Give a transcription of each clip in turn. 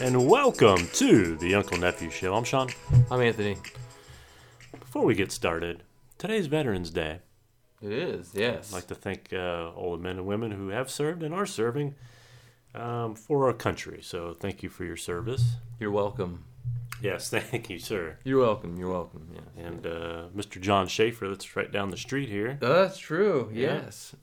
and welcome to the Uncle Nephew Show. I'm Sean. I'm Anthony. Before we get started, today's Veterans Day. It is, yes. I'd like to thank uh, all the men and women who have served and are serving um, for our country. So thank you for your service. You're welcome. Yes, thank you, sir. You're welcome. You're welcome. Yes. And uh, Mr. John Schaefer, that's right down the street here. That's true. Yeah. Yes.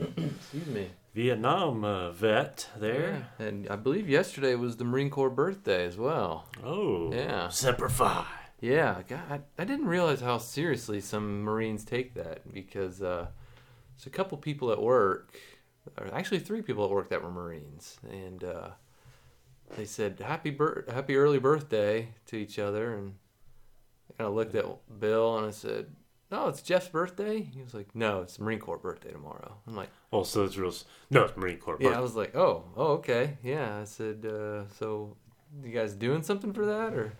Excuse me. Vietnam uh, vet there. Yeah. And I believe yesterday was the Marine Corps birthday as well. Oh, Yeah. Semper Fi. Yeah. God, I didn't realize how seriously some Marines take that because uh, there's a couple people at work, or actually three people at work that were Marines, and uh, they said happy bir- happy early birthday to each other, and I kind of looked at Bill and I said. No, it's Jeff's birthday. He was like, "No, it's Marine Corps birthday tomorrow." I'm like, Oh, so it's real. s- No, it's Marine Corps. Yeah, I was like, oh, oh, okay, yeah. I said, uh, so you guys doing something for that, or?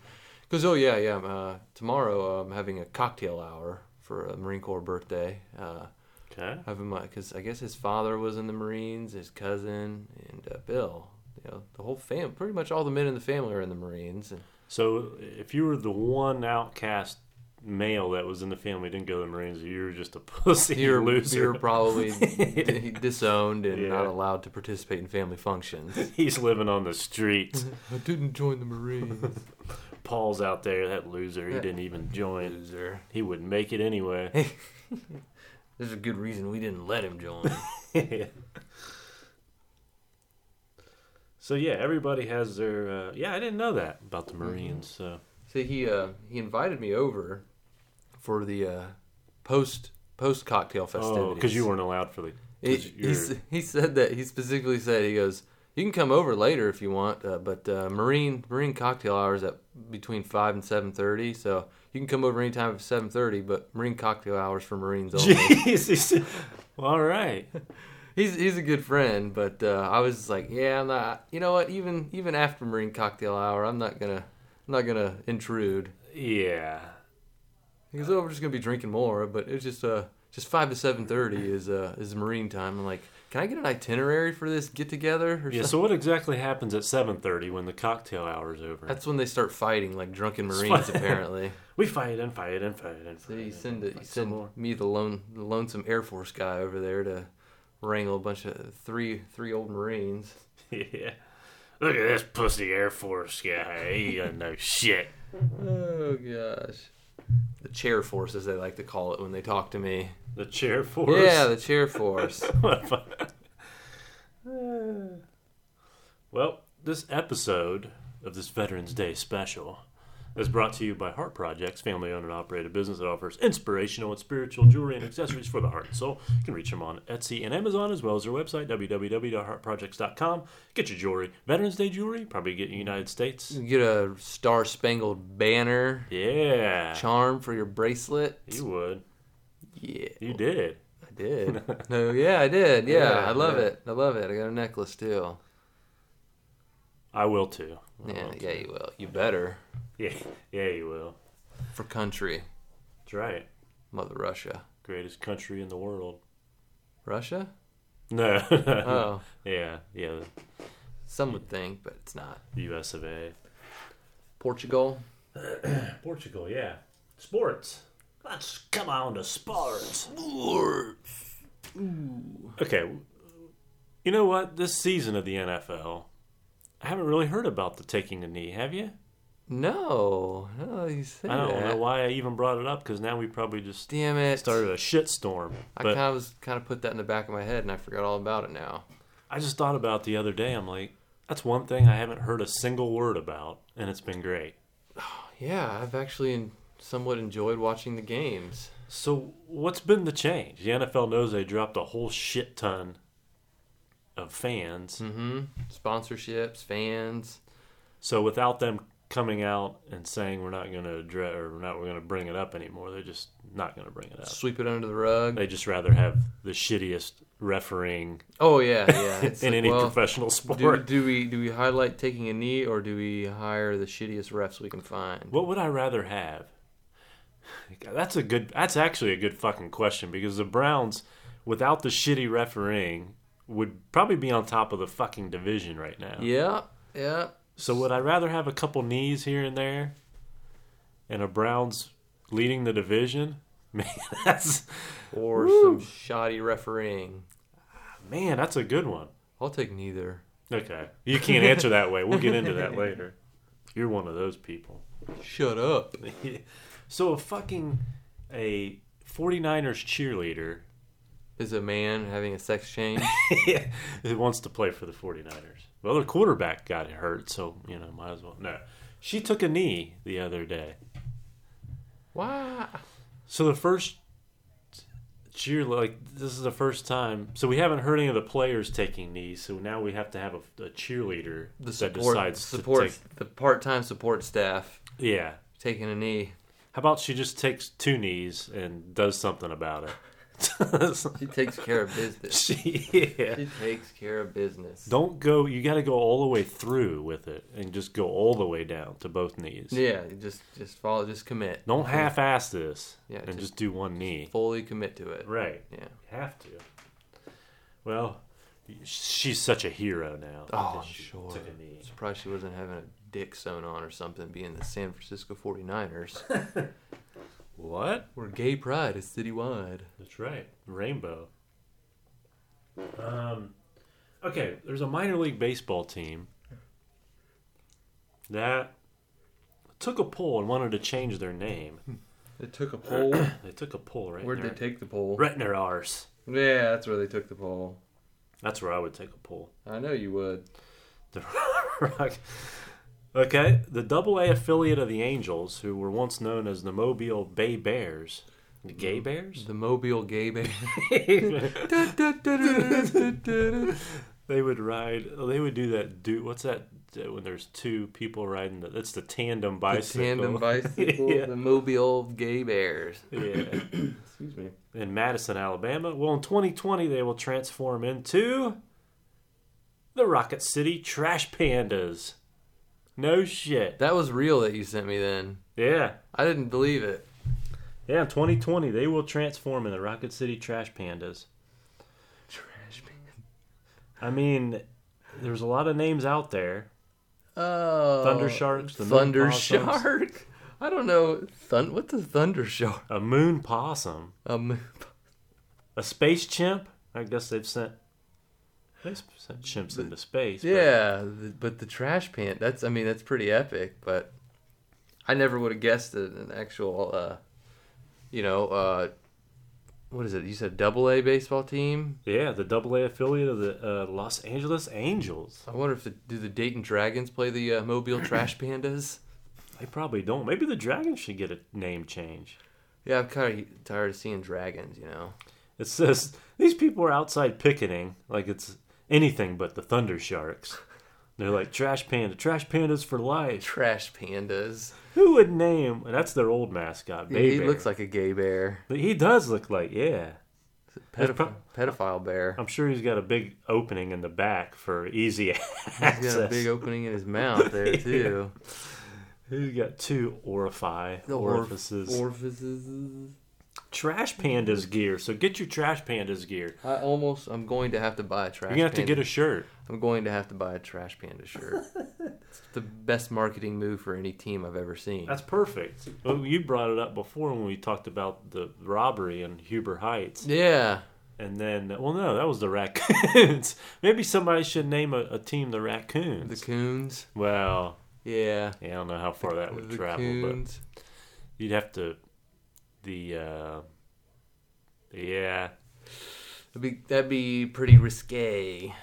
Because oh yeah, yeah. I'm, Uh, tomorrow I'm having a cocktail hour for a Marine Corps birthday. Uh, Okay. having my because I guess his father was in the Marines, his cousin, and uh, Bill. You know, the whole fam, pretty much all the men in the family are in the Marines, and So if you were the one outcast male that was in the family didn't go to the Marines, you were just a pussy you're, loser. you're probably d- disowned and not Yeah. allowed to participate in family functions. He's living on the streets. I didn't join the Marines. Paul's out there, that loser. He Yeah. didn't even join. Loser. He wouldn't make it anyway. There's a good reason we didn't let him join. so yeah, everybody has their. Uh, yeah, I didn't know that about the Marines. So So he uh, he invited me over for the uh, post post cocktail festivities. oh, because you weren't allowed for the. 'cause He, you're- he, s- he said that he specifically said he goes. You can come over later if you want, uh, but uh, marine marine cocktail hours at between five and seven thirty. So you can come over anytime at seven thirty, but marine cocktail hours for marines only. Jesus. All right. he's he's a good friend, but uh, I was just like, yeah, I'm not. You know what? Even even after marine cocktail hour, I'm not gonna I'm not gonna intrude. Yeah. Because oh, we're just gonna be drinking more, but it's just uh just five to seven thirty is uh is marine time. I'm like, can I get an itinerary for this get together or Yeah. something? So what exactly happens at seven thirty when the cocktail hour is over? That's when they start fighting like drunken marines apparently. we fight and fight and fight and So fight. you and send it, fight you some send me the lone the lonesome Air Force guy over there to wrangle a bunch of three three old marines. Yeah. Look at this pussy Air Force guy. He doesn't know shit. Oh gosh. The chair force, as they like to call it, when they talk to me. The chair force. Yeah, the chair force. well, this episode of this Veterans Day special is brought to you by Heart Projects, family owned and operated business that offers inspirational and spiritual jewelry and accessories for the heart and soul. You can reach them on Etsy and Amazon as well as their website, www.heartprojects.com. Get your jewelry, Veterans Day jewelry, probably get in the United States. You get a star spangled banner Yeah. charm for your bracelet. You would. Yeah. You did. I did. no, yeah, I did. Yeah, Yeah, I love yeah. Oh, it. I love it. I got a necklace too. I will too. I Yeah, will. yeah, you will. You better Yeah, yeah, you will. for country, That's right. Mother Russia. Greatest country in the world. Russia? No. Oh, Yeah, yeah. some would think, but it's not. U.S. of A. Portugal. Portugal, yeah. Sports. Let's come on to sports. Okay. w- You know what? This season of the NFL, I haven't really heard about the taking a knee. Have you? No, no, you say I don't that. know why I even brought it up because now we probably just Damn it! started a shitstorm. I But kind of was kind of put that in the back of my head, and I forgot all about it now. I just thought about it the other day. I'm like, that's one thing I haven't heard a single word about, and it's been great. Yeah, I've actually en- somewhat enjoyed watching the games. So, what's been the change? The NFL knows they dropped a whole shit ton of fans. hmm Sponsorships, fans. So, without them coming out and saying we're not going to address or we're not we're going to bring it up anymore, they're just not going to bring it up. Sweep it under the rug. They just rather have the shittiest refereeing Oh yeah, yeah. in It's like, any well, professional Do, sport. do we do we highlight taking a knee or do we hire the shittiest refs we can find? What would I rather have? That's a good. That's actually a good fucking question because the Browns, without the shitty refereeing, would probably be on top of the fucking division right now. Yeah, yeah. So would I rather have a couple knees here and there, and a Browns leading the division? Man, that's or some shoddy refereeing. man, that's a good one. I'll take neither. Okay, you can't answer that way. We'll get into that later. You're one of those people. Shut up. So a fucking a 49ers cheerleader Is a man having a sex change? who wants to play for the 49ers. Well, the quarterback got hurt, so, you know, might as well. No. She took a knee the other day. Why? So the first cheer, like this is the first time. So we haven't heard any of the players taking knees. So now we have to have a, a cheerleader The support, support the part-time support staff take- yeah. taking a knee. How about she just takes two knees and does something about it? She takes care of business. she, yeah. She takes care of business. Don't go. You got to go all the way through with it, and just go all the way down to both knees. Yeah, just just follow, just commit. Don't half-ass this, Yeah, and just- just do one knee. Fully commit to it. Right. Yeah. You have to. Well, she's such a hero now. Oh, that she sure. took a knee. Surprised she wasn't having a dick sewn on or something, being the San Francisco 49ers. What? where gay pride is citywide. That's right. Rainbow. Um, okay, there's a minor league baseball team that took a poll and wanted to change their name. They took a poll. They took a poll right Where'd in they their- take the poll? right in their arse. Yeah, that's where they took the poll. That's where I would take a poll. I know you would. The Rock- Okay, the Double A affiliate of the Angels, who were once known as the Mobile Bay Bears, the Gay Bears. The Mobile Gay Band. They would ride. oh, They would do that. Do what's that? uh, When there's two people riding, the, that's the tandem bicycle. Tandem bicycle. Yeah. The Mobile Gay Bears. yeah. Excuse me. In Madison, Alabama. Well, in 2020, they will transform into the Rocket City Trash Pandas. No shit. That was real that you sent me then. Yeah. I didn't believe it. Yeah, in 2020, they will transform into Rocket City Trash Pandas. Trash man. I mean, there's a lot of names out there. Oh. Thunder Sharks, the Moon Thunder Possums. Shark. I don't know. Thun- what's a Thunder Shark? A moon possum, Um, a space chimp. I guess they've sent they've sent chimps into space. but- yeah, the- but the trash pant. That's I mean that's pretty epic. But I never would have guessed that an actual, uh, you know, uh, what is it? You said Double A baseball team. yeah, the Double A affiliate of the uh, Los Angeles Angels. I wonder if the, do the Dayton Dragons play the uh, Mobile Trash Pandas? They probably don't. Maybe the Dragons should get a name change. Yeah, I'm kind of tired of seeing dragons. You know, It says these people are outside picketing like it's anything but the Thunder Sharks. They're like trash panda, trash pandas for life. trash pandas. Who would name? And that's their old mascot. Yeah, Bay he Bear. looks like a gay bear, But he does look like yeah. There's pedophile, prob- pedophile bear. I'm sure he's got a big opening in the back for easy uh, access. He's got a big opening in his mouth there too. he's got two orify The orf- orifices. Orifices. trash pandas gear. So get your trash pandas gear. I almost. I'm going to have to buy a trash. You're gonna have to panda. get a shirt. I'm going to have to buy a Trash Panda shirt. it's the best marketing move for any team I've ever seen. That's perfect. Well, you brought it up before when we talked about the robbery in Huber Heights, yeah, and then well, no, that was the raccoons. Maybe somebody should name a, a team the the raccoons. Coons. well, Yeah, yeah, I don't know how far that would the travel, but Coons. You'd have to the uh yeah, That'd be that'd be pretty risque.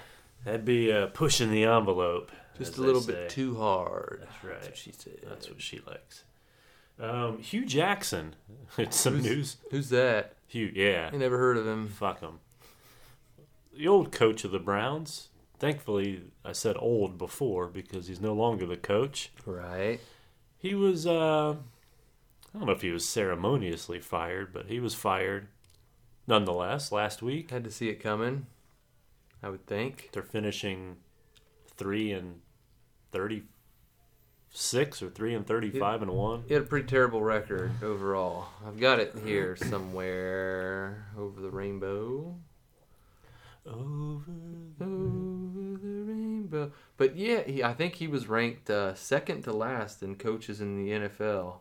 that'd be uh, pushing the envelope. Just as a they little say. bit too hard. That's That's what right. she said. That's what she likes. Um, Hugh Jackson. It's some Who's- news. Who's that? Hugh, yeah, I never heard of him. fuck him. The old coach of the Browns. Thankfully, I said old before because he's no longer the coach. Right. He was, uh, I don't know if he was ceremoniously fired, but he was fired nonetheless last week. Had to see it coming. I would think. they're finishing three and thirty-six or three and thirty-five and one. He had a pretty terrible record overall. I've got it here somewhere over the rainbow. Over Mm. Over the rainbow. Francisco. But yeah, he, I think he was ranked uh, second to last in coaches in the NFL.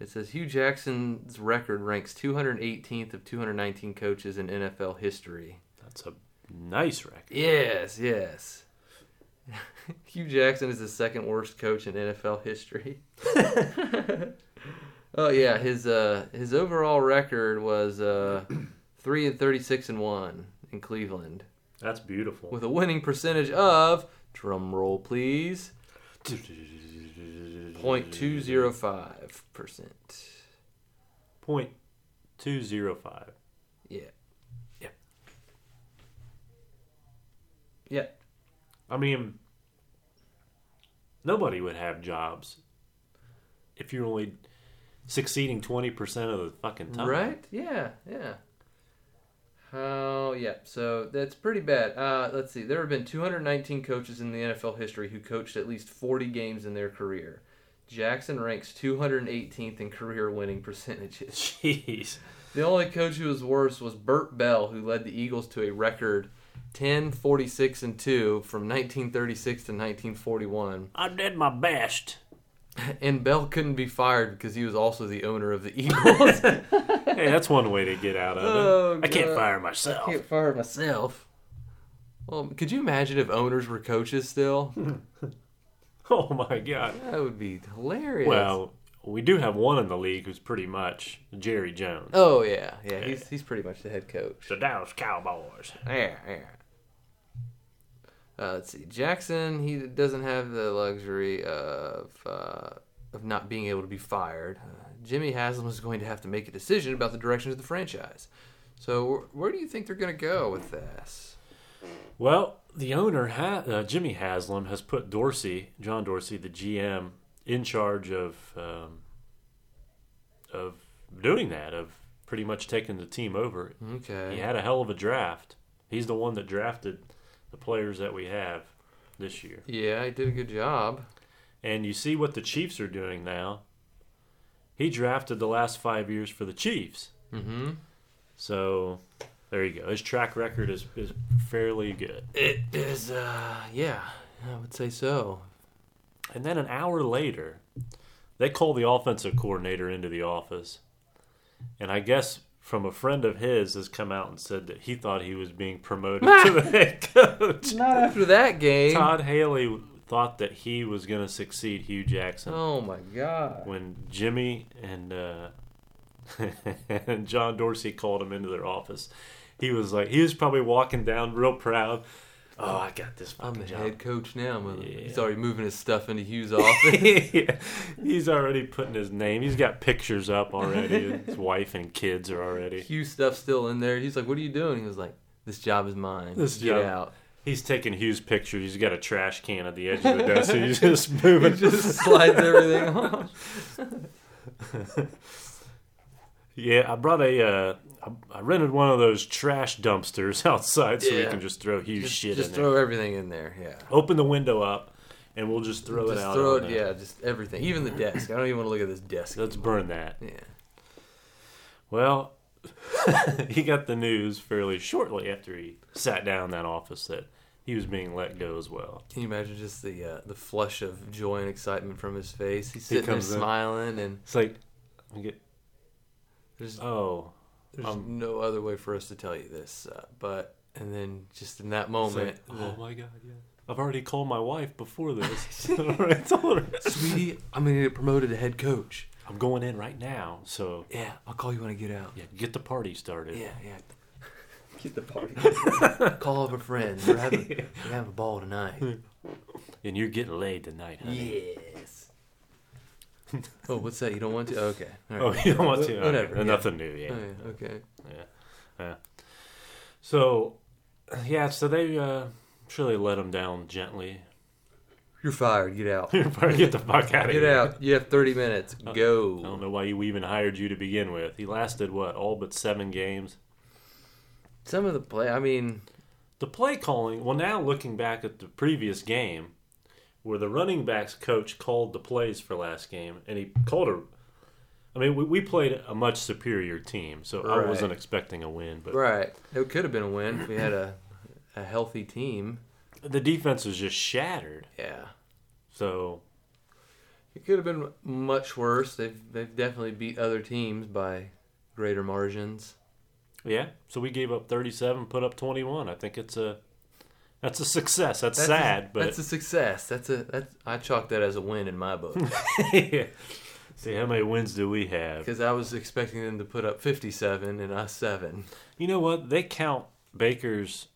It says Hugh Jackson's record ranks 218th of 219 coaches in NFL history. That's a nice record. Yes, yes. Hugh Jackson is the second worst coach in NFL history. oh yeah, his uh, his overall record was uh, three and thirty six and one in Cleveland That's beautiful. with a winning percentage of drum roll please 0.205 percent. Point two zero five. Yeah, yeah, yeah. I mean, nobody would have jobs if you're only succeeding twenty percent of the fucking time. Right? Yeah, yeah. Oh, yeah. So that's pretty bad. Uh, let's see. There have been 219 coaches in the NFL history who coached at least 40 games in their career. Jackson ranks 218th in career winning percentages. Jeez. The only coach who was worse was Burt Bell, who led the Eagles to a record 10, 46, and 2 from 1936 to 1941. I did my best. And Bell couldn't be fired because he was also the owner of the Eagles. Hey, that's one way to get out of it. Oh, I can't God. fire myself. can't fire myself. Well, could you imagine if owners were coaches still? Oh my god. That would be hilarious. Well, we do have one in the league who's pretty much Jerry Jones, oh yeah, yeah, he's he's pretty much the head coach. the Dallas Cowboys. Yeah, yeah. Uh, let's see, Jackson. He doesn't have the luxury of uh, of not being able to be fired. Uh, Jimmy Haslam is going to have to make a decision about the direction of the franchise. So, wh- where do you think they're going to go with this? Well, the owner, ha- uh, Jimmy Haslam, has put Dorsey, John Dorsey, the GM, in charge of um, of doing that, of pretty much taking the team over. Okay. He had a hell of a draft. He's the one that drafted the players that we have this year. Yeah, he did a good job. And you see what the Chiefs are doing now. He drafted the last five years for the Chiefs. Mm-hmm. So there you go. His track record is, is fairly good. It is, uh, yeah, I would say so. And then an hour later, they call the offensive coordinator into the office. And I guess from a friend of his has come out and said that he thought he was being promoted to the head coach. Not after that game. Todd Haley thought that he was going to succeed Hugh Jackson Oh my god. when Jimmy and uh, and John Dorsey called him into their office. He was like, he was probably walking down real proud. Oh, I got this I'm the fucking job. head coach now. mother- Yeah. He's already moving his stuff into Hughes' office. Yeah. He's already putting his name. He's got pictures up already. His wife and kids are already. Hughes' stuff's still in there. He's like, "What are you doing?" He was like, "This job is mine. This Get job- out." He's taking Hugh's pictures. He's got a trash can at the edge of the desk. and He's just moving. He just slides everything off. Yeah, I brought a. Uh, I- I rented one of those trash dumpsters outside so we Yeah. can just throw Hugh's Just, shit just in throw there. everything in there. Yeah. Open the window up, and we'll just throw it just out. throw on it. the- Yeah, just everything. Even the desk. I don't even want to look at this desk. Let's burn that. Yeah. Well, he got the news fairly shortly after he sat down in that office that he was being let go as well. Can you imagine just the uh, the flush of joy and excitement from his face? He's sitting there comes in. smiling, and It's like, I get, there's oh, There's Um, no other way for us to tell you this, uh, but and then just in that It's like, moment, oh my god, yeah. I've already called my wife before this. I told her. the, sweetie, I'm gonna get promoted to head coach. I'm going in right now, so Yeah, I'll call you when I get out. yeah, get the party started. Yeah, yeah. Get the party. call up a friend. We're having we're having a ball tonight. And you're getting laid tonight, honey. yes. oh, what's that? You don't want to? Okay. All Oh, right. you don't want to? Wh- whatever, Okay, yeah. Nothing new, yeah. Oh, yeah, okay. Yeah. Yeah. So, yeah, so they uh, surely let him down gently. You're fired. Get out. get the fuck out of Get here. out. Oh, You have 30 minutes. I don't Go. know why we even hired you to begin with. He lasted, what, all but seven games? Some of the play. I mean, The play calling, well, now looking back at the previous game, where the running backs coach called the plays for last game, and he called a. I mean, we, we played a much superior team, so I Right. wasn't expecting a win, but right. It could have been a win if we had a a healthy team. the defense was just shattered. Yeah. So It could have been much worse. They've they've definitely beat other teams by greater margins. yeah, so we gave up 37, put up 21. I think it's a that's a success. That's, That's a- sad, but that's a success. That's a that's I chalk that as a win in my book see how many wins do we have? because I was expecting them to put up 57 and us seven. You know what? They count Baker's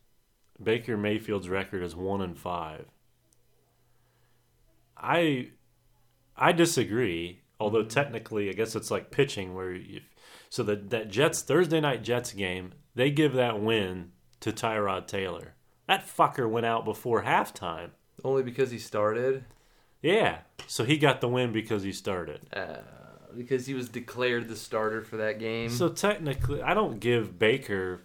Baker Mayfield's record as one and five. I I disagree. Although technically, I guess it's like pitching where you, so that that Jets Thursday night Jets game they give that win to Tyrod Taylor. That fucker went out before halftime. Only because he started, Yeah, so he got the win because he started. uh, because he was declared the starter for that game. So technically, I don't give Baker.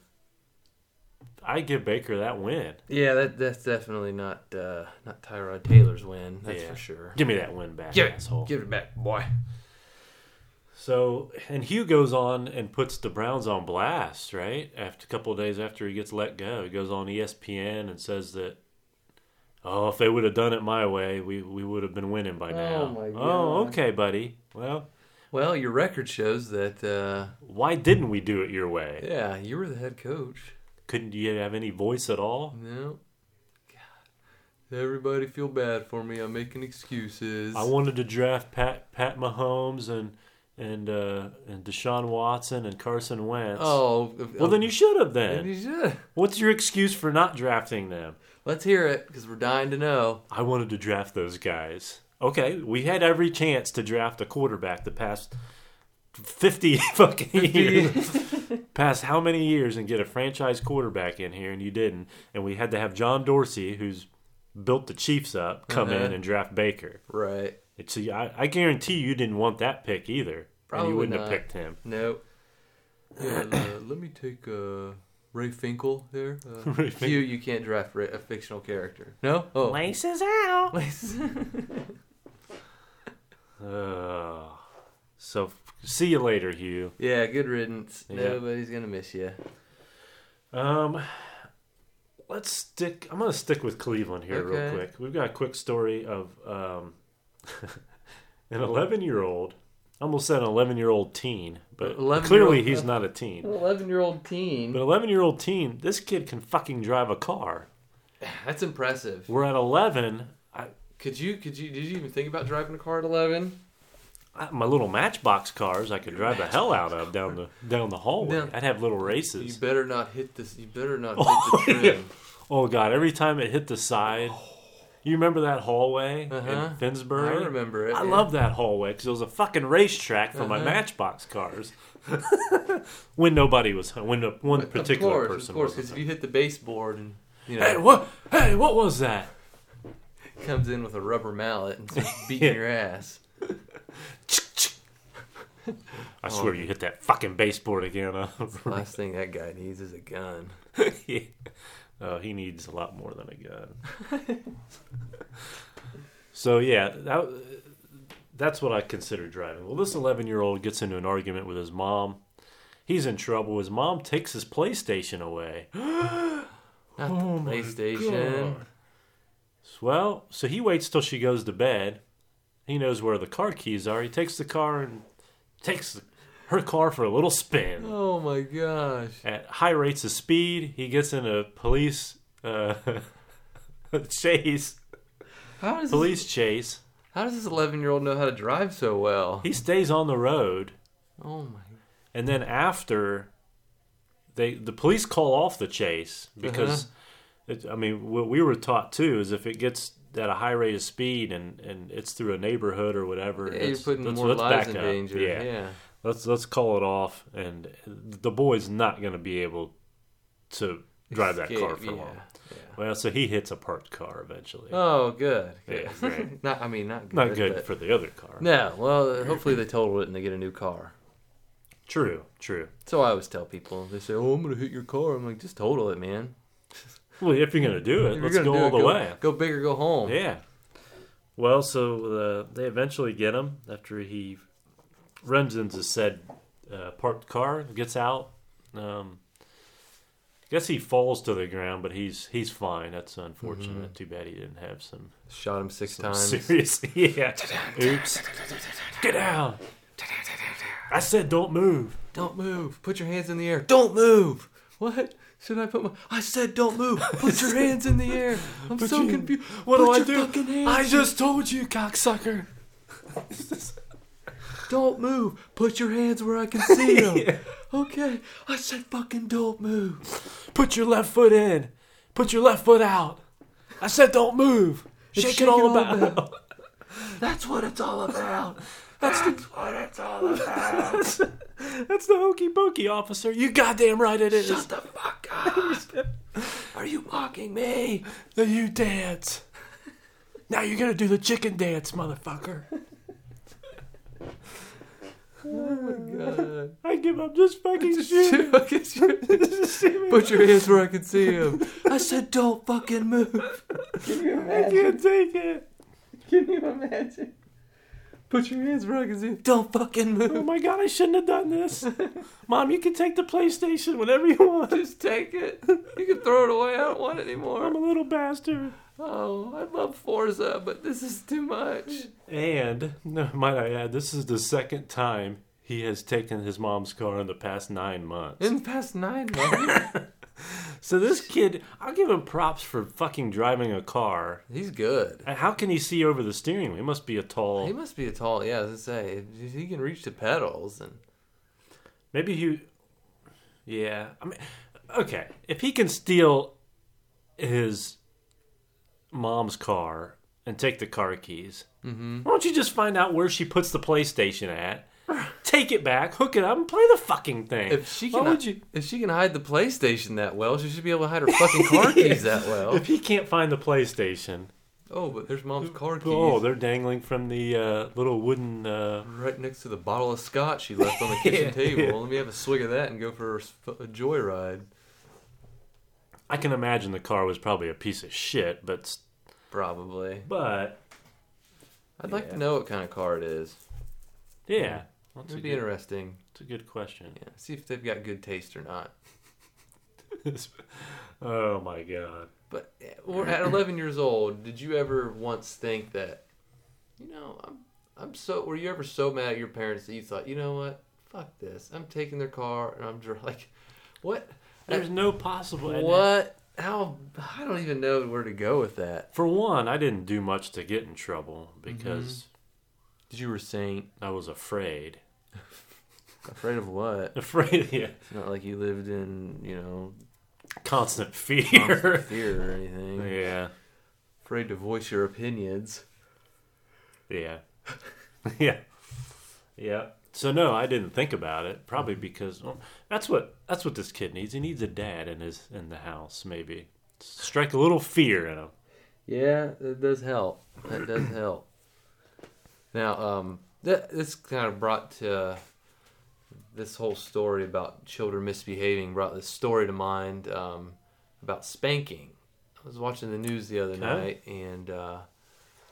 I give Baker that win. yeah, that that's definitely not uh, not Tyrod Taylor's win. That's Yeah. for sure. Give me that win back, Give it, asshole. give it back, boy. So, and Hugh goes on and puts the Browns on blast, right? After a couple of days after he gets let go, he goes on E ESPN and says that, "Oh, if they would have done it my way, we we would have been winning by Oh, now." my Oh, God. okay, buddy. Well, Well, your record shows that uh, why didn't we do it your way? yeah, you were the head coach. Couldn't you have any voice at all? No. God. Everybody feel bad for me. I'm making excuses. I wanted to draft Pat Pat Mahomes and and uh, and Deshaun Watson and Carson Wentz. oh, well, then you should have. then Then you should. what's your excuse for not drafting them? Let's hear it because we're dying to know. I wanted to draft those guys. Okay, we had every chance to draft a quarterback the past 50 fucking years. past how many years and get a franchise quarterback in here and you didn't. And we had to have John Dorsey, who's built the Chiefs up, come in Uh-huh. and draft Baker. Right. It's, I, I guarantee you didn't want that pick either. and Probably you wouldn't have not. picked him. No. Yeah, uh, let me take uh, Ray Finkel there. Uh, Ray Finkel. You you can't draft Ray, a fictional character. No. Oh. Laces out. Lace. Uh, so, f- see you later, Hugh. yeah. Good riddance. Yeah. Nobody's gonna miss you. Um, let's stick. I'm gonna stick with Cleveland here real Okay. quick. We've got a quick story of um, an 11 year old. Almost said an 11 year old teen, but 11-year-old clearly he's not a teen. Eleven-year-old But teen. 11 year old teen, this kid can fucking drive a car. That's impressive. We're at 11. I, Could you? Could you? Did you even think about driving a car at eleven? I, my little Matchbox cars, I could drive the hell out of down the down the hallway. Down- I'd have little You races. better not hit this. You better not Oh, hit the yeah. trim. Oh god! Every time it hit the side, you remember that hallway Oh. Uh-huh. in Finsbury? I remember it. I yeah. love that hallway because it was a fucking racetrack for my Uh-huh. Matchbox cars. when nobody was, when the one Of particular course, person Of course, was. because if you hit the baseboard and you know Hey, what? Hey, what was that? comes in with a rubber mallet and starts beating Yeah. your ass. I swear you Oh, hit that fucking baseboard again. huh? Last thing that guy needs is a gun. yeah. uh, he needs a lot more than a gun. so yeah, that, that's what I consider driving. Well, this 11 year old gets into an argument with his mom. He's in trouble. His mom takes his PlayStation away. Not Oh the my PlayStation. God. Well, so he waits till she goes to bed. He knows where the car keys are. He takes the car and takes her car for a little spin. Oh my gosh. At high rates of speed, he gets in a police uh, chase. How does Police chase. This, how does this eleven year old know how to drive so well? He stays on the road, Oh my. and then after they the police call off the chase because Uh-huh. it, I mean what we were taught too is if it gets at a high rate of speed and, and it's through a neighborhood or whatever, Yeah, you're let's- putting let's- more let's lives back in up. danger. Yeah. let's let's call it off and the boy's not going to be able to drive that car Escape, for yeah. long yeah. well so he hits a parked car eventually Oh, good. good. yeah, right. Not. I mean, not good. not good but- for the other car No. Well, uh, hopefully they totaled it and they get a new car. true true So I always tell people, they say, "Oh, I'm gonna hit your car." I'm like, "Just total it, man. well if you're going to do If it you're let's gonna go do all it, the go, way Go big or go home." yeah well so uh, they eventually get him after he runs into said uh, parked car gets out um, guess he falls to the ground, but he's he's fine. That's unfortunate. Too bad he didn't have some Shot him six times. serious. Yeah. Oops. Get down. I said don't move. Don't move. Put your hands in the air. Don't move. What? Should I put my? I said don't move. Put your hands in the air. I'm Put so your- confused. What Put do your I fucking do? hands I in- just told you, cocksucker. Don't move. Put your hands where I can see them. Okay. I said fucking don't move. Put your left foot in. Put your left foot out. I said don't move. It's Shake it all shaking all about. That's what it's all about. That's, what it's all about. That's the hokey pokey, officer. You goddamn right it is. Shut the fuck up. Are you mocking me? The you dance. Now you're gonna do the chicken dance, motherfucker. Oh God. I give up just fucking shit. Put your hands where I can see them. I said don't fucking move. I can't take it. Can you imagine? Put your hands where I can see 'em. Don't fucking Oh move. my god, I shouldn't have done this. Mom, you can take the PlayStation whenever you want. Just take it. You can throw it away. I don't want it I'm a anymore. little bastard. Oh, I love Forza, but this is too much. And no, might I add, this is the second time he has taken his mom's car in the past nine months. In the past nine months, So this kid, I'll give him props for fucking driving a car. he's good. And How can he see over the steering wheel? He must be a He tall. must be a tall. Yeah, as I say, he can reach the pedals and Maybe he. Yeah, I mean, okay. If he can steal his mom's car and take the car keys, Mm-hmm. why don't you just find out where she puts the PlayStation at? Take it back, hook it up, and play the fucking thing. if she Why can, would you- if she can hide the PlayStation that well, she should be able to hide her fucking car keys that well. If he can't find the PlayStation, Oh, but there's mom's car keys. oh, they're dangling from the uh, little wooden. Uh, Right next to the bottle of scotch she left on the kitchen Yeah, table. yeah. Let me have a swig of that and go for a s- a joyride. I can imagine the car was probably a piece of shit, but Probably. but I'd like Yeah. to know what kind of car it is. yeah, It that's a would be good, interesting. that's a good question. Yeah, see if they've got good taste or not. oh my god. But eh, or at 11 years old, did you ever once think that, you know, I'm, I'm so, were you ever so mad at your parents that you thought, you know what, fuck this, I'm taking their car and I'm dri like, what, There's no possible. and what, how, I don't even know where to go with that. For one, I didn't do much to get in trouble because Did you were saying I was afraid. afraid of what? Afraid, yeah. It's not like you lived in, you know, Constant constant fear. fear or anything. yeah, Afraid to voice your opinions. yeah, yeah, yeah. So no, I didn't think about it. Probably because well, that's what that's what this kid needs. He needs a dad in his in the house. Maybe strike a little fear in him. Yeah, that does help. That does help. Now, um, th- this kind of brought to this whole story about children misbehaving. Brought this story to mind um, about spanking. I was watching the news the other Okay. night, and uh,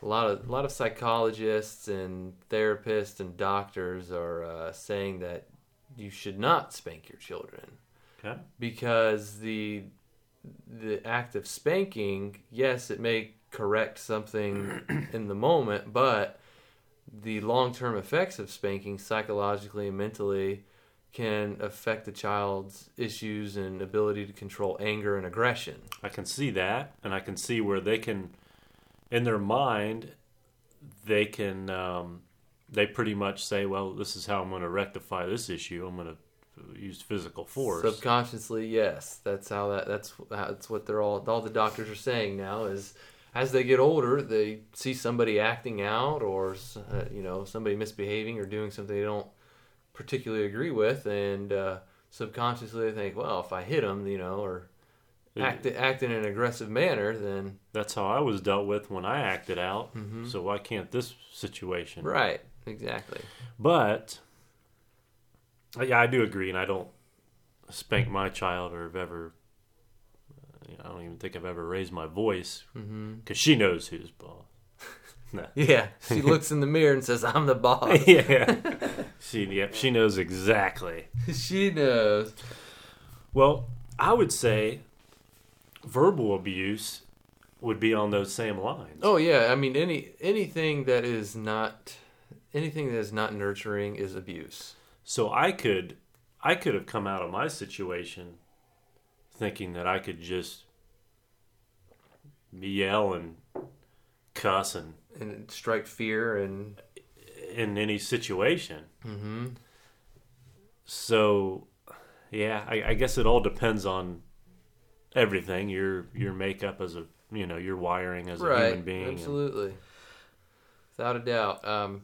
a lot of a lot of psychologists and therapists and doctors are uh, saying that you should not spank your children Okay. because the the act of spanking, yes, it may correct something in the moment, but the long-term effects of spanking psychologically and mentally can affect the child's issues and ability to control anger and aggression. I can see that, and I can see where they can, in their mind, they can, um, they pretty much say, "Well, this is how I'm going to rectify this issue. I'm going to use physical force." Subconsciously, yes, that's how that that's how, that's what they're all all the doctors are saying now is as they get older, they see somebody acting out or uh, you know somebody misbehaving or doing something they don't particularly agree with, and uh, subconsciously they think, well, if I hit them, you know, or act act in an aggressive manner, then That's how I was dealt with when I acted out. So why can't this situation? right, exactly. But uh, yeah, I do agree, and I don't spank my child or have ever. uh, You know, I don't even think I've ever raised my voice because Mm-hmm. she knows who's boss. no. Yeah, she looks in the mirror and says, "I'm the boss." yeah. She yep, she knows exactly. she knows. Well, I would say verbal abuse would be on those same lines. Oh yeah, I mean any anything that is not anything that is not nurturing is abuse. So I could I could have come out of my situation thinking that I could just yell and cuss and And strike fear and in any situation. Mm-hmm. So, yeah, I, I guess it all depends on everything your your makeup as a you know your wiring as a human being. and- Absolutely, without a doubt. Um,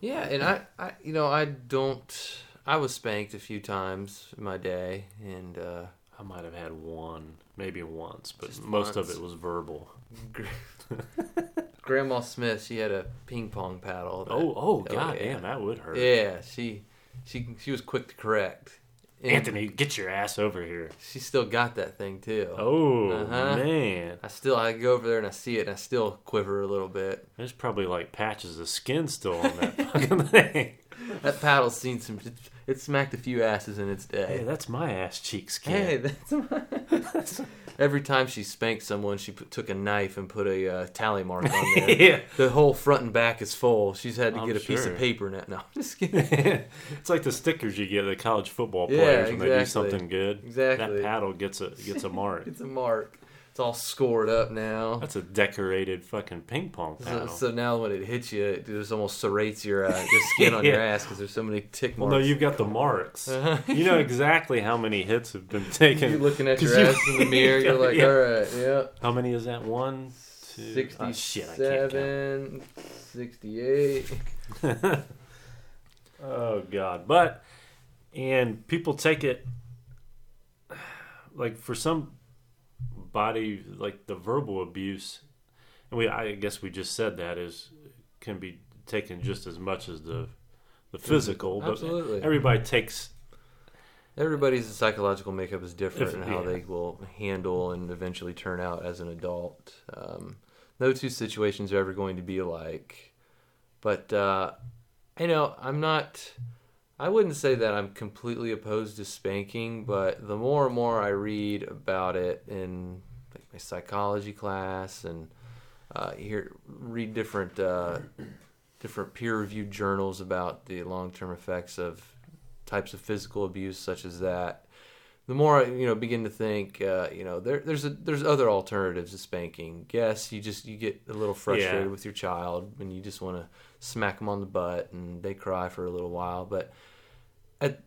yeah, and I, I, you know, I don't. I was spanked a few times in my day, and uh, I might have had one, maybe once, but Just most once. of it was verbal. Grandma Smith, she had a ping pong paddle. that- Oh, oh, god yeah. damn, that would hurt. Yeah, she, she, she was quick to correct. And Anthony, get your ass over here. she still got that thing too. Oh Uh-huh. man, I still, I go over there and I see it, and I still quiver a little bit. there's probably like patches of skin still on that fucking thing. That paddle's seen some. It, it smacked a few asses in its day. Hey, that's my ass cheek skin. Hey, that's every time she spanked someone, she put, took a knife and put a uh, tally mark on there. yeah. The whole front and back is full. She's had to I'm get a piece sure. of paper now. No, I'm just kidding. it's like the stickers you get the college football Yeah, players when they do exactly. something good. Exactly. That paddle gets a gets a mark. It's a mark. It's all scored up now. That's a decorated fucking ping pong So, paddle. so now when it hits you, it just almost serrates your uh, your skin on your Yeah. ass because there's so many tick well, marks. Uh-huh. no, you've got the marks. Uh, you know exactly how many hits have been You're taken. looking at 'Cause your you- ass in the mirror. You're like, Yeah. all right, yeah. How many is that? One, two, oh, shit, I can't count. 67, 68. Oh god. But and people take it like for some body like the verbal abuse and we I guess we just said that is can be taken just as much as the the physical but Absolutely. everybody takes Everybody's psychological makeup is different in If- how yeah. they will handle and eventually turn out as an adult. Um, no two situations are ever going to be alike. But, uh, you know, I'm not, I wouldn't say that I'm completely opposed to spanking, but the more and more I read about it in like my psychology class and uh, hear, read different, uh, different peer reviewed journals about the long term effects of types of physical abuse such as that. The more I, you know, begin to think, uh, you know, there, there's a, there's other alternatives to spanking. Yes, you just you get a little frustrated Yeah. with your child and you just want to smack them on the butt and they cry for a little while, but at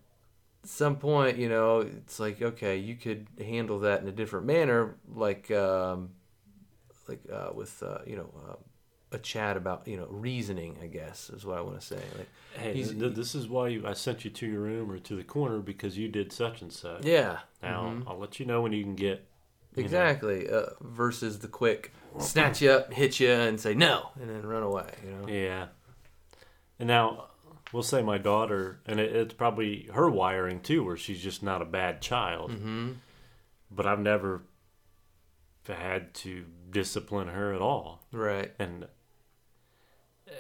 some point, you know, it's like okay, you could handle that in a different manner, like um, like uh, with uh, you know uh, a chat about you know reasoning. I guess is what I want to say. Like hey He's- th- this is why you, I sent you to your room or to the corner because you did such and such. yeah, mm-hmm. Now I'll let you know when you can get you know. exactly. Uh, versus the quick snatch you up, hit you, and say no, and then run away. You know. Yeah. And now we'll say my daughter, and it, it's probably her wiring too, where she's just not a bad child. Mm-hmm. But I've never had to discipline her at all, Right. and uh,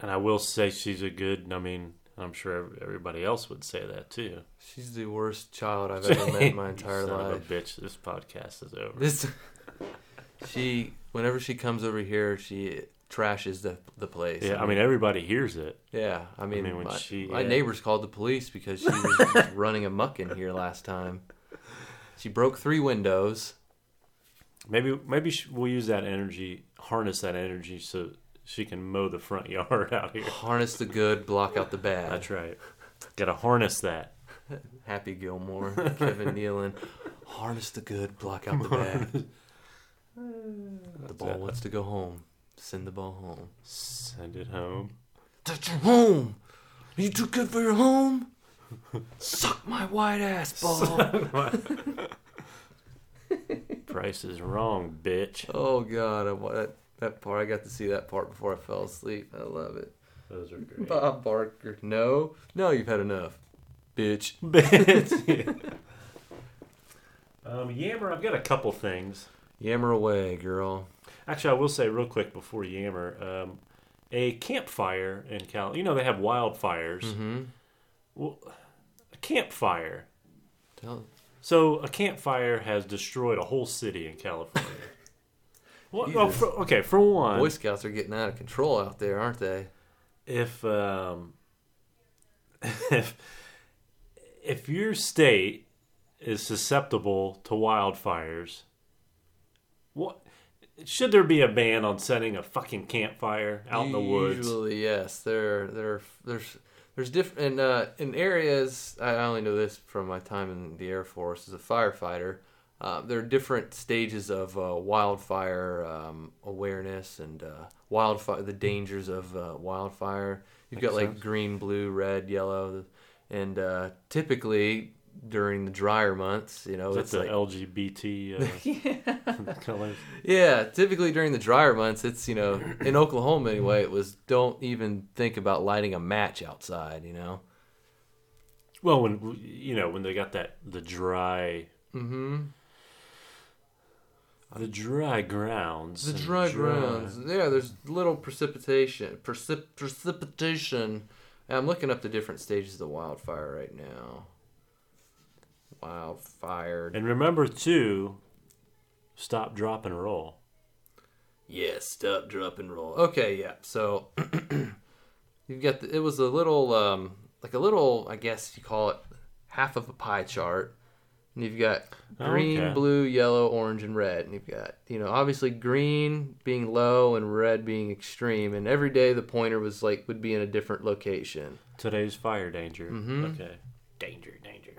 and I will say she's a good. I mean, I'm sure everybody else would say that too. She's the worst child I've ever met in my You entire son life. of a bitch! This podcast is over. This, she, whenever she comes over here, she trashes the the place. yeah, I mean everybody hears it. yeah, I mean, mean, when my, she- my yeah. neighbors called the police because she was just running amuck in here last time. She broke three windows. Maybe maybe sh- we'll use that energy, harness that energy, so she can mow the front yard out here. Harness the good, block out the bad. That's right. Got to harness that. Happy Gilmore, Kevin Nealon. Harness the good, block out the bad. The ball it. wants to go home. Send the ball home. Send it home. That's your home. You too good for your home. Suck my white ass ball. Price is wrong, bitch. oh god, I, wa- that that part I got to see that part before I fell asleep. I love it. Those are great. Bob Barker. No, no, you've had enough, bitch. bitch. um, Yammer, I've got a couple things. Yammer away, girl. Actually, I will say real quick before Yammer, um, a campfire in Cal. You know they have wildfires. Mm-hmm. Well, a campfire. Tell So a campfire has destroyed a whole city in California. What, oh, Jesus. for, okay, for one, Boy Scouts are getting out of control out there, aren't they? if um, if if your state is susceptible to wildfires, what should there be a ban on setting a fucking campfire out in the woods? Usually, yes. There, there, there's, there's different in uh, in areas. I only know this from my time in the Air Force as a firefighter. Uh, there are different stages of uh, wildfire um, awareness and uh, wildfire, the dangers of uh, wildfire. You've got Makes like sense. green, blue, red, yellow, and uh, typically during the drier months, you know, Is that it's the like LGBT uh, colors? Yeah, typically during the drier months, it's you know in Oklahoma anyway. It was don't even think about lighting a match outside. You know, Well, when you know when they got that the dry, mm-hmm. the dry grounds, the and dry grounds. Yeah, there's little precipitation. Precip- precipitation. And I'm looking up the different stages of the wildfire right now. Wildfire. And remember to stop, drop, and roll. Yes, stop, drop, and roll. Okay, yeah. So you've got the, it was a little um like a little I guess you call it half of a pie chart, and you've got green, Okay. blue, yellow, orange, and red, and you've got you know obviously green being low and red being extreme, and every day the pointer was like would be in a different location. Today's fire danger. Mm-hmm. Okay, danger, danger.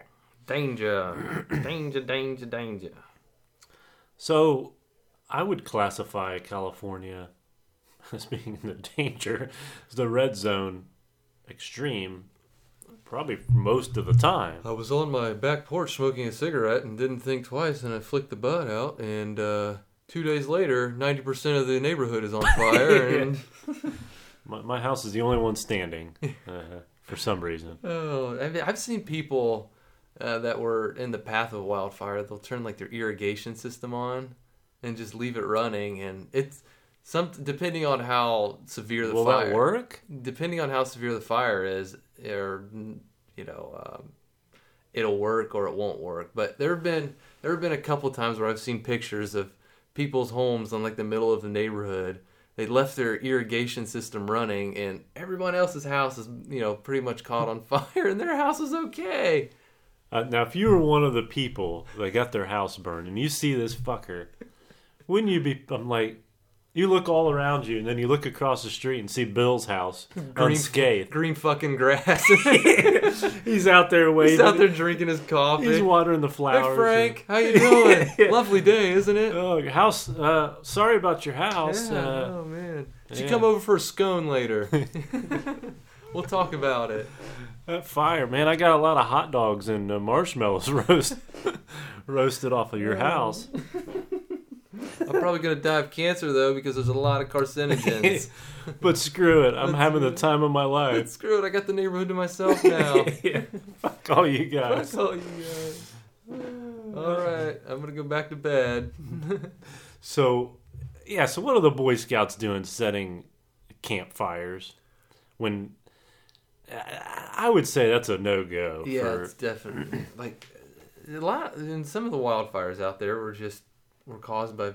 Danger, danger, danger, danger. So, I would classify California as being in the danger, as the red zone, extreme, probably most of the time. I was on my back porch smoking a cigarette and didn't think twice, and I flicked the butt out. And uh, two days later, ninety percent of the neighborhood is on fire. And My, my house is the only one standing uh, for some reason. oh, I mean, I've seen people uh, that were in the path of wildfire. They'll turn like their irrigation system on and just leave it running. And it's some depending on how severe the Will fire. that work? depending on how severe the fire is, or you know, um, it'll work or it won't work. But there have been there have been a couple times where I've seen pictures of people's homes on like the middle of the neighborhood. They left their irrigation system running, and everyone else's house is you know pretty much caught on fire, and their house is okay. Uh, now, if you were one of the people that got their house burned and you see this fucker, wouldn't you be? I'm like, you look all around you and then you look across the street and see Bill's house unscathed. green fucking grass. He's out there waving. He's out there drinking his He's coffee. watering the flowers. Hey and- Frank, how you doing? Lovely day, isn't it? oh, your house. Uh, sorry about your house. Yeah, Uh, oh man. Did yeah. you come over for a scone later? we'll talk about it. that fire, man. I got a lot of hot dogs and uh, marshmallows roast, roasted off of your house. I'm probably gonna die of cancer though because there's a lot of carcinogens. but screw it. I'm having the time of my life. Screw it, I got the neighborhood to myself now. Yeah. Fuck all you guys. That's all you got. All right, I'm gonna go back to bed. So, yeah. So, what are the Boy Scouts doing setting campfires? When I I would say that's a no go. Yeah, it's definitely like a lot. And some of the wildfires out there were just were caused by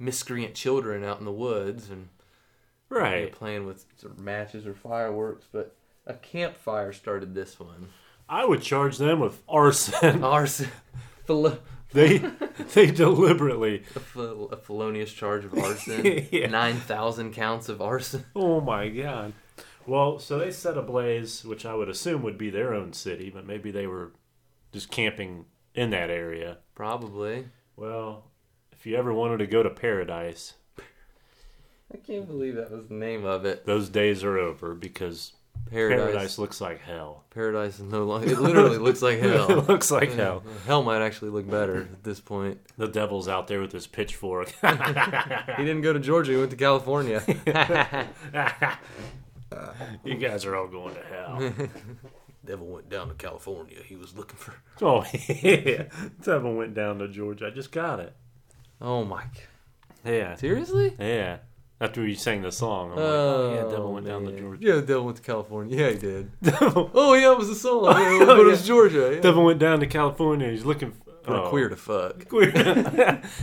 miscreant children out in the woods and you know, right. playing with sort of matches or fireworks. But a campfire started this one. I would charge them with arson. Arson. fel- they they deliberately. a, fel- a felonious charge of arson. Yeah. Nine thousand counts of arson. Oh my god. Well, so they set ablaze, which I would assume would be their own city, but maybe they were just camping in that area. Probably. Well, if you ever wanted to go to paradise, I can't believe that was the name of it. those days are over because Paradise. Paradise, paradise looks like hell. is no longer. It literally looks like hell. it looks like hell. Hell might actually look better at this point. The devil's out there with his pitchfork. He didn't go to Georgia. He went to California. you guys are all going to hell. Devil went down to California. He was looking for. oh, yeah. Devil went down to Georgia. I just got it. Oh my. God. Yeah. Seriously? Yeah. After we sang the song, I'm like, Oh, oh, yeah, Devil went down to man. Georgia. Yeah, the devil went to California. Yeah, he did. oh yeah, it was a song. Yeah, but it was Georgia. Yeah. Devil went down to California. He's looking. For, We're Oh. queer to fuck. Queer. hey,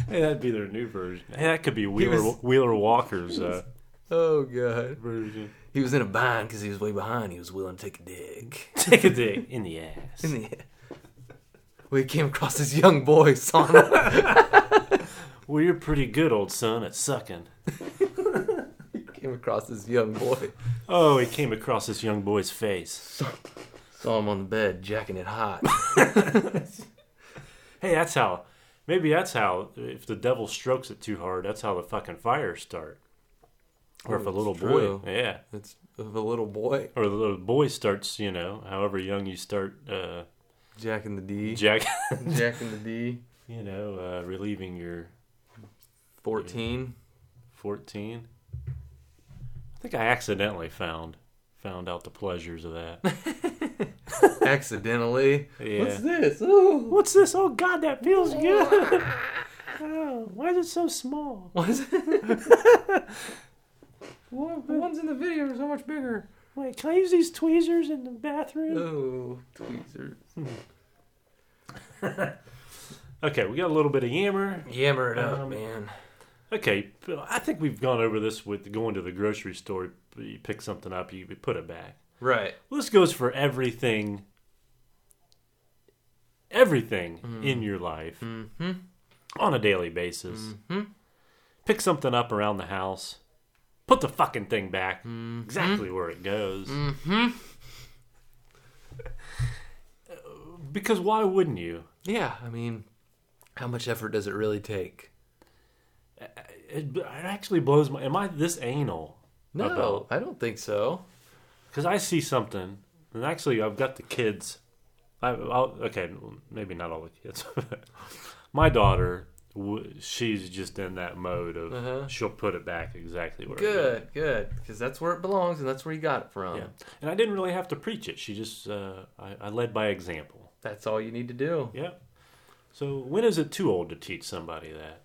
that'd be their new version. Hey, that could be Wheeler was- Wheeler Walker's uh, Oh god. version. He was in a bind because he was way behind. He was willing to take a dig. Take a dick in the ass. In the we came across this young boy, Son. well, you're pretty good, old son, at sucking. came across this young boy. Oh, he came across this young boy's face. Saw him on the bed, jacking it hot. Hey, that's how. Maybe that's how. If the devil strokes it too hard, that's how the fucking fires start. Or Oh, if a it's little true. boy, yeah, It's of a little boy or the little boy starts, you know, however young you start, uh, jacking the D, jack, jacking the D. you know, uh, relieving your Fourteen. 14 i think i accidentally found found out the pleasures of that Accidentally. yeah What's this? Oh, What's this oh god that feels good oh, why is it so small what is it? the ones in the video are so much bigger. wait can i use these tweezers in the bathroom Oh, tweezers. okay we got a little bit of yammer Yammer it up, Um, man. okay i think we've gone over this with going to the grocery store you pick something up you put it back Right. Well, this goes for everything everything in your life Mm-hmm. on a daily basis Mm-hmm. pick something up around the house, put the fucking thing back exactly where it goes. Mm-hmm. Because why wouldn't you? Yeah, I mean, how much effort does it really take? It, it actually blows my. Am I this anal? No, About- I don't think so. Because I see something, and actually I've got the kids. I I'll, okay, maybe not all the kids. my daughter, w- she's just in that mode of Uh-huh. she'll put it back exactly where. It goes. Good, good, because that's where it belongs and that's where you got it from. Yeah, and I didn't really have to preach it. She just uh, I, I led by example. That's all you need to do. Yeah. So when is it too old to teach somebody that?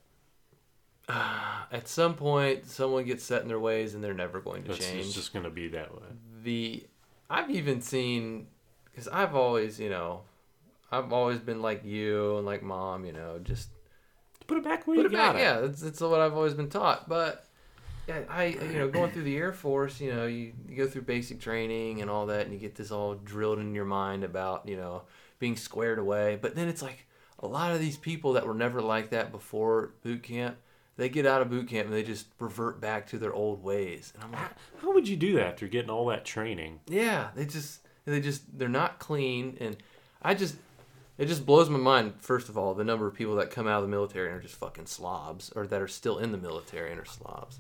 Uh, At some point, someone gets set in their ways and they're never going to That's change. it's just going to be that way. the I've even seen because I've always you know I've always been like you and like mom you know just Put it back where put you it got back it. yeah that's, that's what I've always been taught but yeah I you know going through the Air Force you know you, you go through basic training and all that and you get this all drilled in your mind about you know being squared away but then it's like a lot of these people that were never like that before boot camp they get out of boot camp and they just revert back to their old ways and I'm like How would you do that after getting all that training? Yeah, they just they just they're not clean, and I just it just blows my mind. First of all, the number of people that come out of the military and are just fucking slobs, or that are still in the military and are slobs.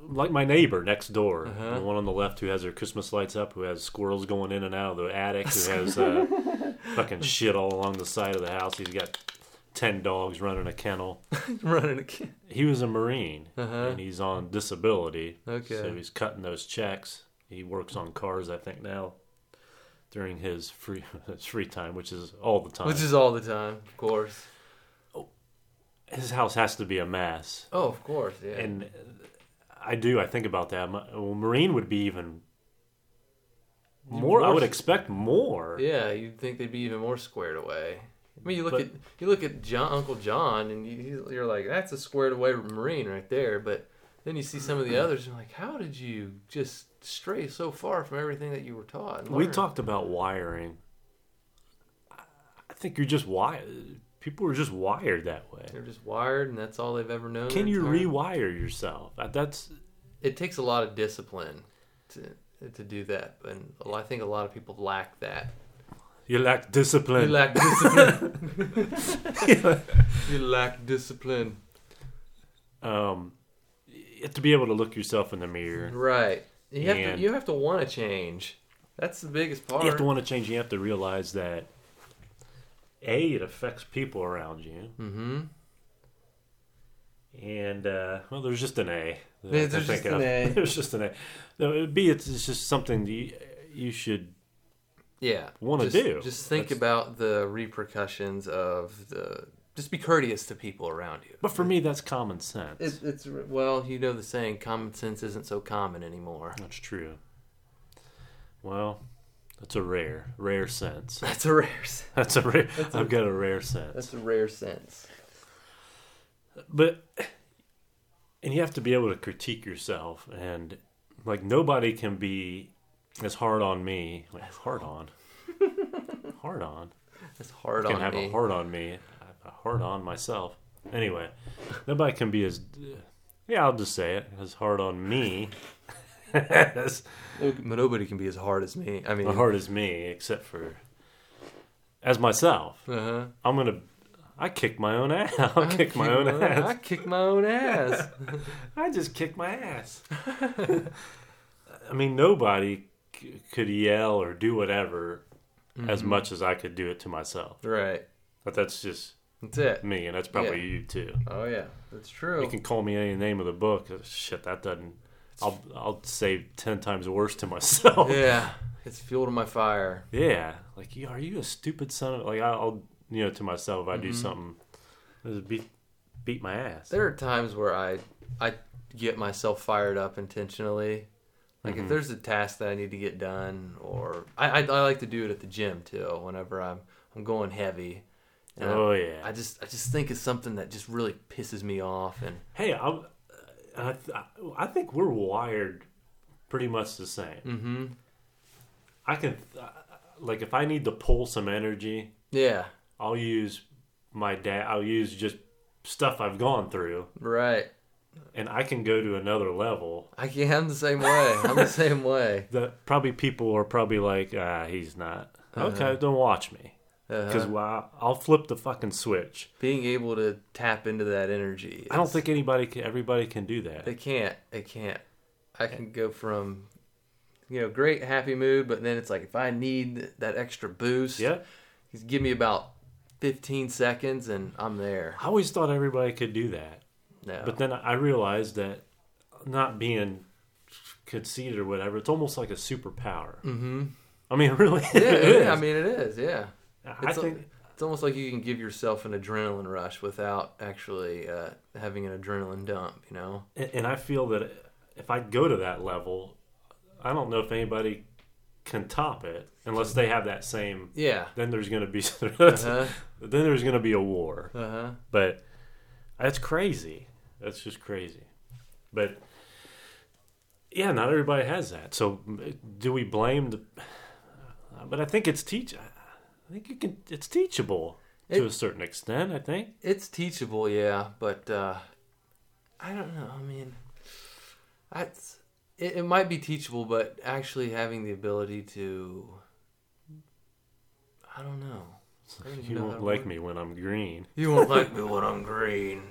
Like my neighbor next door, Uh-huh. the one on the left who has her Christmas lights up, who has squirrels going in and out of the attic, who has uh, fucking shit all along the side of the house. He's got ten dogs running a kennel. Running again. He was a Marine Uh-huh. and he's on disability, Okay. so he's cutting those checks. He works on cars, I think now, during his free his free time, which is all the time. Which is all the time, of course. his house has to be a mess. Oh, of course, yeah. and I do. I think about that. My- Well, Marine would be even more. I would expect more. yeah, you'd think they'd be even more squared away. I mean, you look But- at you look at John, Uncle John, and you, you're like, that's a squared away Marine right there. But then you see some of the others, and you're like, how did you just stray so far from everything that you were taught? and We learned?" talked about wiring. I think you're just wired. People are just wired that way. They're just wired, and that's all they've ever known. Can their you entire- rewire yourself? Uh, That's It takes a lot of discipline to to do that, and a lot- I think a lot of people lack that. you lack You discipline. lack discipline. you lack discipline. um, you have to be able to look yourself in the mirror. Right. You have And- to. You have to want to change. That's the biggest part. You have to want to change. You have to realize that a it affects people around you. mm-hmm. And uh, well, there's just an A. that I Yeah, can there's think just an of. A. There's just an A. No, it'd be it's, it's just something that you, you should. Yeah. Wanna Just- do. Just think That's- about the repercussions of the. Just be courteous to people around you. But for me, that's common sense. It's, it's well, you know the saying, common sense isn't so common anymore. that's true. Well, That's a rare, rare sense. That's a rare. sen- That's a rare. I've got a rare sense. That's a rare sense. But and you have to be able to critique yourself, and like nobody can be as hard on me. Like, hard on. hard on. That's hard can on have me. a hard on me. I have a hard on myself. Anyway, nobody can be as yeah. I'll just say it as hard on me as No- Nobody can be as hard as me. I mean, hard as me, except for as myself. uh-huh. I'm gonna. I kick my own ass. I'll kick, my own ass. I kick my own ass. I just kick my ass. I mean, nobody c- could yell or do whatever as Mm-hmm. much as I could do it to myself. right. But that's just That's it. me, and that's probably Yeah. you too. Oh yeah, that's You true. can call me any name of the book. uh, Shit, that doesn't. I'll I'll say ten times worse to myself. Yeah, Yeah, it's fuel to my fire. like you, are you a stupid son of like I- I'll you know to myself if I do something, just beat beat my ass. Mm-hmm. There are times where I I get myself fired up intentionally. Like Mm-hmm. if there's a task that I need to get done, or I, I I like to do it at the gym too. Whenever I'm I'm going heavy, and I- Oh yeah. I just I just think of something that just really pisses me off, and hey, I, I th- I think we're wired pretty much the same. Mm. Mm-hmm. I can uh, like if I need to pull some energy, yeah, I'll use my dad. I'll use just stuff I've gone through, right. and I can go to another level. I can. I'm the same way. I'm the same way. that probably people are probably like, ah, he's not. Uh-huh. Okay, don't watch me. Because uh I'll flip the fucking switch. Being able to tap into that energy. I don't is- think anybody can, everybody can do that. They can't. They can't. I can go from, you know, great happy mood, but then it's like if I need that extra boost, yeah. just give me about fifteen seconds and I'm there. I always thought everybody could do that. No, But then I realized that not being conceited or whatever, it's almost like a superpower. Mm-hmm. I mean, it really yeah, it it is. is. I mean, it is. Yeah, I it's, al- think, it's almost like you can give yourself an adrenaline rush without actually uh, having an adrenaline dump. You know? and and I feel that if I go to that level, I don't know if anybody can top it unless they have that same Yeah. then there's going to be Uh then there's going to be a war. huh. Uh huh. But that's crazy. That's just crazy. But yeah, not everybody has that. So m- do we blame the? But I think it's teach. I think you can. It's teachable to It- a certain extent. I think. It's teachable, yeah, but uh, I don't know. I mean, that's it, it. Might be teachable, but actually having the ability to, I don't know. I don't even You know how won't to like word- me when I'm green. You won't like me when I'm green.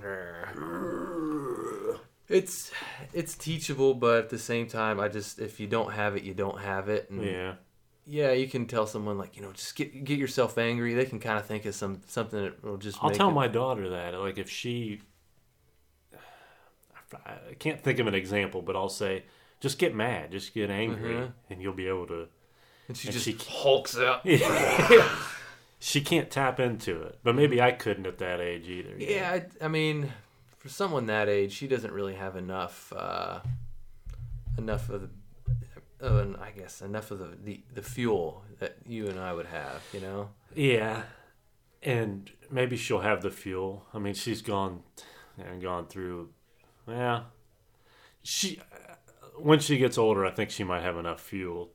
It's it's teachable, but at the same time, I just if you don't have it, you don't have it. And Yeah. yeah, you can tell someone like you know just get get yourself angry. They can kind of think of some something that will just. I'll make tell it- my daughter that. Like if she, I can't think of an example, but I'll say, just get mad, just get angry, Mhm. and you'll be able to. and she and just she- hulks out. she can't tap into it, but maybe I couldn't at that age either. you know? Yeah, I, I mean, for someone that age, she doesn't really have enough uh, enough of the. Oh, and I guess enough of the, the the fuel that you and I would have, you know. Yeah, and maybe she'll have the fuel. I mean, she's gone and gone through. Yeah, she uh, when she gets older, I think she might have enough fuel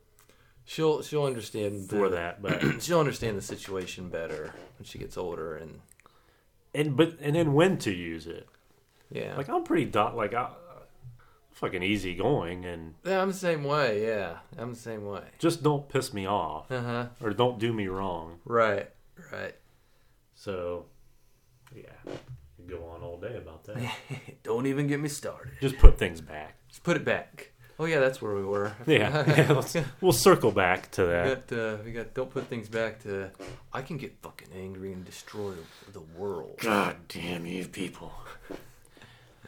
She'll she'll understand for the- that. But She'll understand the situation better when she gets older, and and but and then when to use it? yeah, Like I'm pretty dot like I. Fucking easy going and yeah, I'm the same way. Yeah, I'm the same way. just don't piss me off Uh huh. or don't do me wrong. Right. Right. So, yeah, could go on all day about that. Don't even get me started. Just put things back. Just put it back. Oh yeah, that's where we were. Yeah, yeah, let's- we'll circle back to We that. got, uh, we got. Don't put things back to. I can get fucking angry and destroy the world. God damn you people.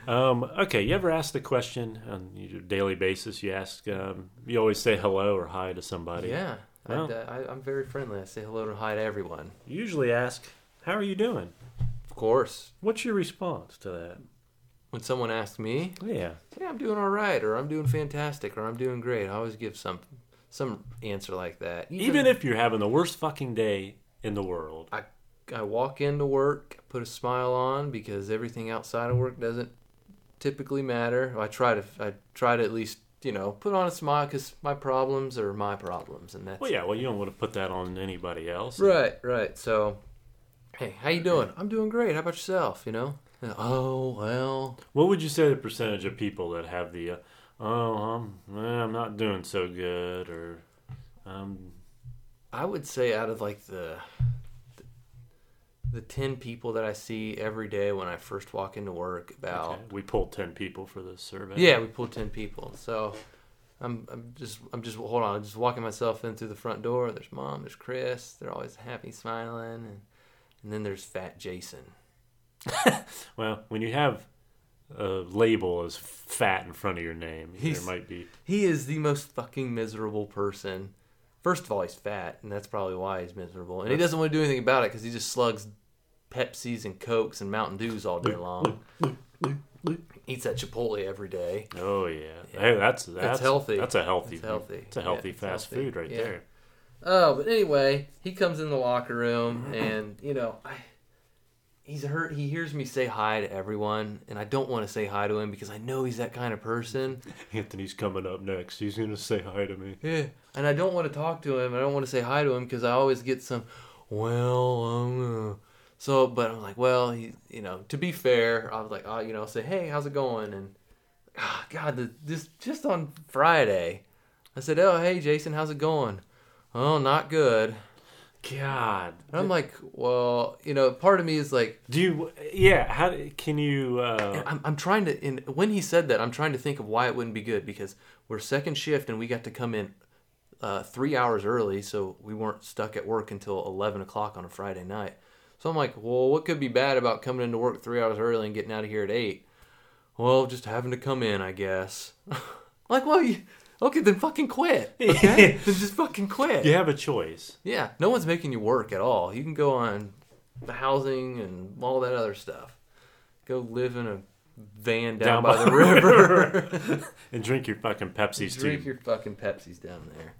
Um, okay, you ever ask the question on your daily basis? You ask, um, you always say hello or hi to somebody. Yeah, I, Well. I, I'm very friendly. I say hello to hi to everyone. You usually ask, how are you doing? Of course, What's your response to that? when someone asks me, Yeah. "Yeah, I'm doing all right," or "I'm doing fantastic," or "I'm doing great," I always give some some answer like that. Even if you're having the worst fucking day in the world, I I walk into work, put a smile on because everything outside of work doesn't typically matter. I try to I try to at least you know put on a smile because my problems are my problems, and that's well, yeah, well, you don't want to put that on anybody else. right, right. So, hey, how you doing? I'm doing great. How about yourself? You know? And, oh well, What would you say the percentage of people that have the, uh, oh, I'm, eh, I'm not doing so good, or um, I would say out of like the the ten people that I see every day when I first walk into work, about okay, we pulled ten people for this survey. Oh. Yeah, we pulled ten people. So I'm I'm just I'm just hold on, I'm just walking myself in through the front door. There's mom, there's Chris, they're always happy, smiling, and, and then there's fat Jason. Well, when you have a label as fat in front of your name, He's- there might be. He is the most fucking miserable person. First of all, he's fat, and that's probably why he's miserable. And he doesn't want to do anything about it because he just slugs Pepsis and Cokes and Mountain Dews all day long. Eats at Chipotle every day. Oh yeah, Hey, that's that's healthy. That's a healthy. It's healthy. It's a healthy Yeah, it's fast healthy. food right Yeah. there. Oh, but anyway, he comes in the locker room, and you know, I, he's hurt. He hears me say hi to everyone, and I don't want to say hi to him because I know he's that kind of person. Anthony's coming up next. He's gonna say hi to me. Yeah, and I don't want to talk to him. I don't want to say hi to him because I always get some, well, um, uh," so. But I'm like, well, he, you know, to be fair, I was like, oh, you know, say, hey, how's it going? And ah, God, the, this just on Friday, I said, oh, hey, Jason, how's it going? Oh, not good. God, And I'm like, well, you know, part of me is like, do you? Yeah, how do- can you? Uh, I'm, I'm trying to. And when he said that, I'm trying to think of why it wouldn't be good because we're second shift and we got to come in uh, three hours early, so we weren't stuck at work until 11 o'clock on a Friday night. So I'm like, well, what could be bad about coming into work three hours early and getting out of here at eight? Well, just having to come in, I guess. like, well, you, okay, then fucking quit. Okay, then just fucking quit. you have a choice. Yeah, no one's making you work at all. You can go on the housing and all that other stuff. Go live in a van down, by, the river. and drink your fucking Pepsis Drink too your fucking Pepsis down there.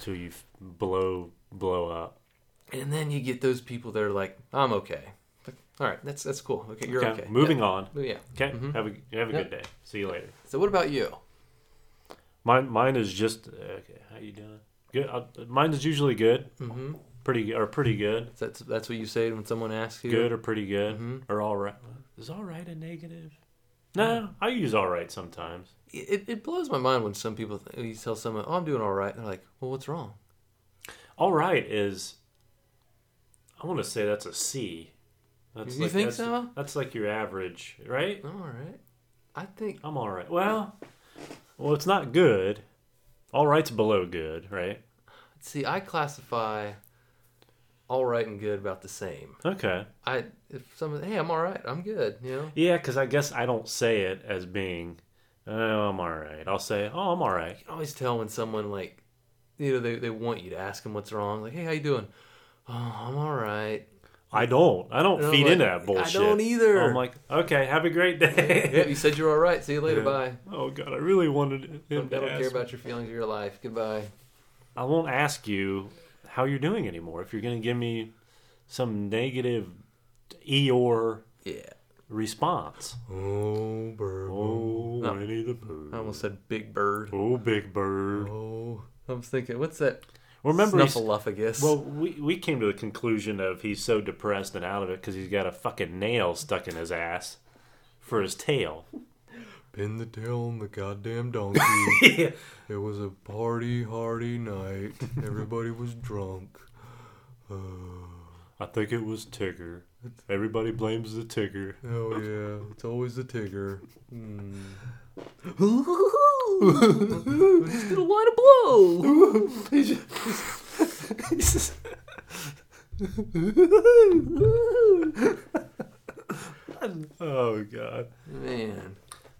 till you f- blow blow up. And then you get those people that are like, "I'm okay." Like, all right, that's that's cool. Okay, you're okay. moving on. Yeah. Mm-hmm. yeah. Okay, have a have a Yep. good day. See you later. So what about you? Mine mine is just okay. How you doing? Good. Uh, mine is usually good. Mm-hmm. Pretty or pretty good. That's that's what you say when someone asks you. Good or pretty good Mm-hmm. or all right. Is all right a negative? No, I use all right sometimes. It, it blows my mind when some people th- you tell someone, "Oh, I'm doing all right," and they're like, "Well, what's wrong?" All right is. I want to say that's a C. That's You think that's, so? That's like your average, right? All right. I think I'm all right. Well, well, it's not good. All right's below good, right? See, I classify all right and good about the same. Okay. I if someone, hey, I'm all right, I'm good, you know. Yeah, because I guess I don't say it as being, oh, I'm all right. I'll say, oh, I'm all right. I always tell when someone like, you know, they they want you to ask them what's wrong, like, hey, how you doing? Oh, I'm all right. I don't. I don't And I'm feed like, into that bullshit. Oh I don't either. I'm like, okay, have a great yeah, day. you said you're all right. See you later. Yeah. Bye. oh God, I really wanted I him don't, I to don't care ask. about your feelings or your life. Goodbye. I won't ask you how you're doing anymore if you're going to give me some negative Eeyore Yeah. response. Oh, bird. Oh, No. Winnie the Pooh. I almost said big bird. Oh, Big Bird. Oh, I was thinking, what's that? Remember, he's- Snuffleupagus. Well, we, we came to the conclusion of he's so depressed and out of it because he's got a fucking nail stuck in his ass for his tail. Pin the tail on the goddamn donkey. It was a party hardy night. Everybody was drunk. Uh, I think it was Tigger. Everybody blames the Tigger. Oh yeah, it's always the Tigger. just gonna light a blow. oh god. Man,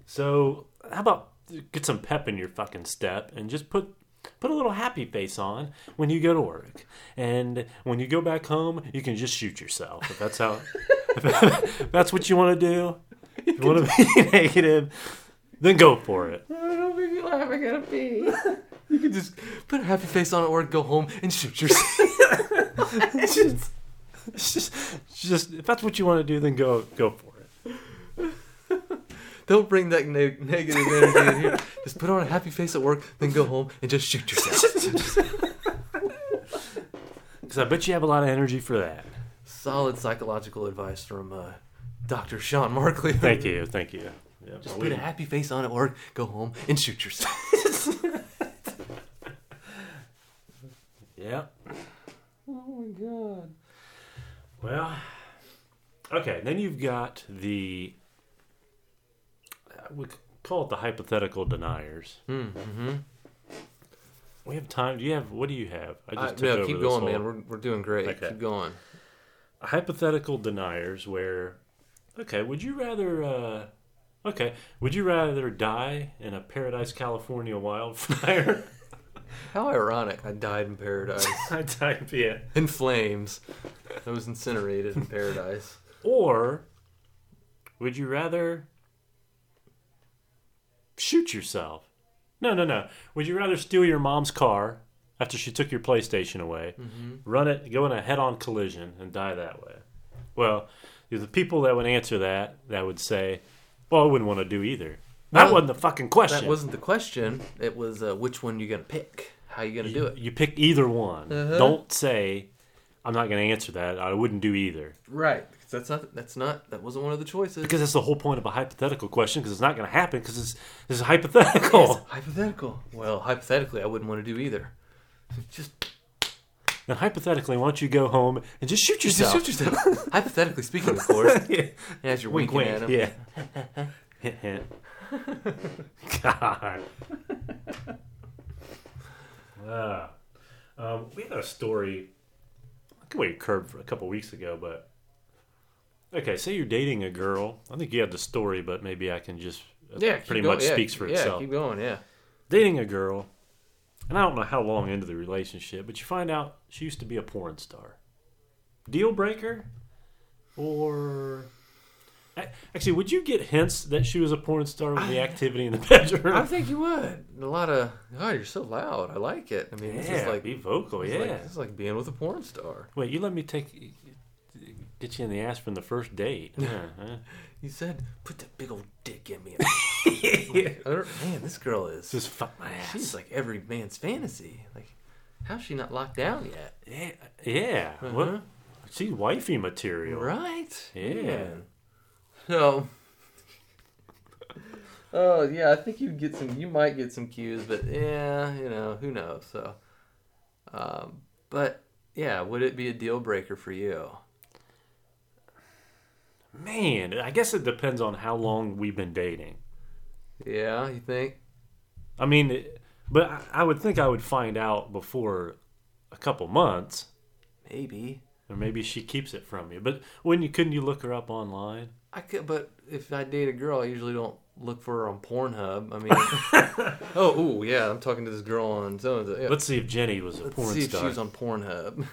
So how about get some pep in your fucking step and just put put a little happy face on when you go to work and when you go back home you can just shoot yourself if that's how if that's what you want to do if you want to be negative then go for it I don't make me laugh. I gotta pee. could just put a happy face on it or go home and shoot yourself. It's just, it's just, it's just if that's what you want to do, then go go for it. Don't bring that neg negative energy in here. Just put on a happy face at work, then go home and just shoot yourself. Because I bet you have a lot of energy for that. Solid psychological advice from uh, Dr. Sean Markley. Thank you, thank you. Yeah, Just well, put we- a happy face on at work, go home and shoot yourself. yeah. Oh my god. Well, okay. Then you've got the uh, we could call it the hypothetical deniers. Mm-hmm. We have time. Do you have? What do you have? I I, took Uh, no, over keep this going, whole- man. We're, we're doing great. Okay. Keep going. hypothetical deniers where okay would you rather uh okay would you rather die in a paradise california wildfire How ironic. I died in paradise. I type yeah in flames. I was incinerated in paradise. or would you rather shoot yourself no no no would you rather steal your mom's car after she took your playstation away Mm-hmm. run it go in a head-on collision and die that way well the people that would answer that that would say well i wouldn't want to do either that Well, wasn't the fucking question That wasn't the question. It was uh, which one you gonna pick? How you gonna do it? You pick either one. Uh-huh. Don't say, I'm not going to answer that. I wouldn't do either. Right. Because that's not. That's not. That wasn't one of the choices. Because that's the whole point of a hypothetical question, because it's not going to happen, because it's, it's hypothetical. It's hypothetical. Oh. Well, hypothetically, I wouldn't want to do either. Just, And hypothetically, why don't you go home and just shoot just yourself? shoot yourself. hypothetically speaking, of course. Yeah. And as you're Wink, winking at wink. him. Yeah. hint, hint. God. Ah. um, we had a story. I think we curbed for a couple weeks ago, but okay. Say you're dating a girl. I think you had the story, but maybe I can just Yeah, keep pretty going. much Yeah, speaks for yeah, itself. keep going. Yeah. Dating a girl, and I don't know how long into the relationship, but you find out she used to be a porn star. Deal breaker, or A- actually, would you get hints that she was a porn star with the activity in the bedroom? I think you would. A lot of. Oh, you're so loud. I like it. I mean, yeah, this is like. be vocal. this Yeah. is like, this is like being with a porn star. Wait, you let me take get you in the ass from the first date. Huh, huh? You said, "Put that big old dick in me." Like, other- man, this girl is. Just fuck my ass. she's like every man's fantasy. Like, how's she not locked down yet? yeah, yeah. What? She's wifey material. Uh-huh. Right? Yeah. Man. So. Oh yeah, I think you get some. You might get some cues, but yeah, you know who knows. So, um, but yeah, would it be a deal breaker for you? Man, I guess it depends on how long we've been dating. Yeah, you think? I mean, it- but I- I would think I would find out before a couple months, Maybe. or maybe she keeps it from you. But when you couldn't you look her up online? I could, but if I date a girl, I usually don't look for her on Pornhub. I mean, oh, ooh, yeah, I'm talking to this girl on so and so. Yeah. Let's see if Jenny was a Let's porn see if star. she was on Pornhub.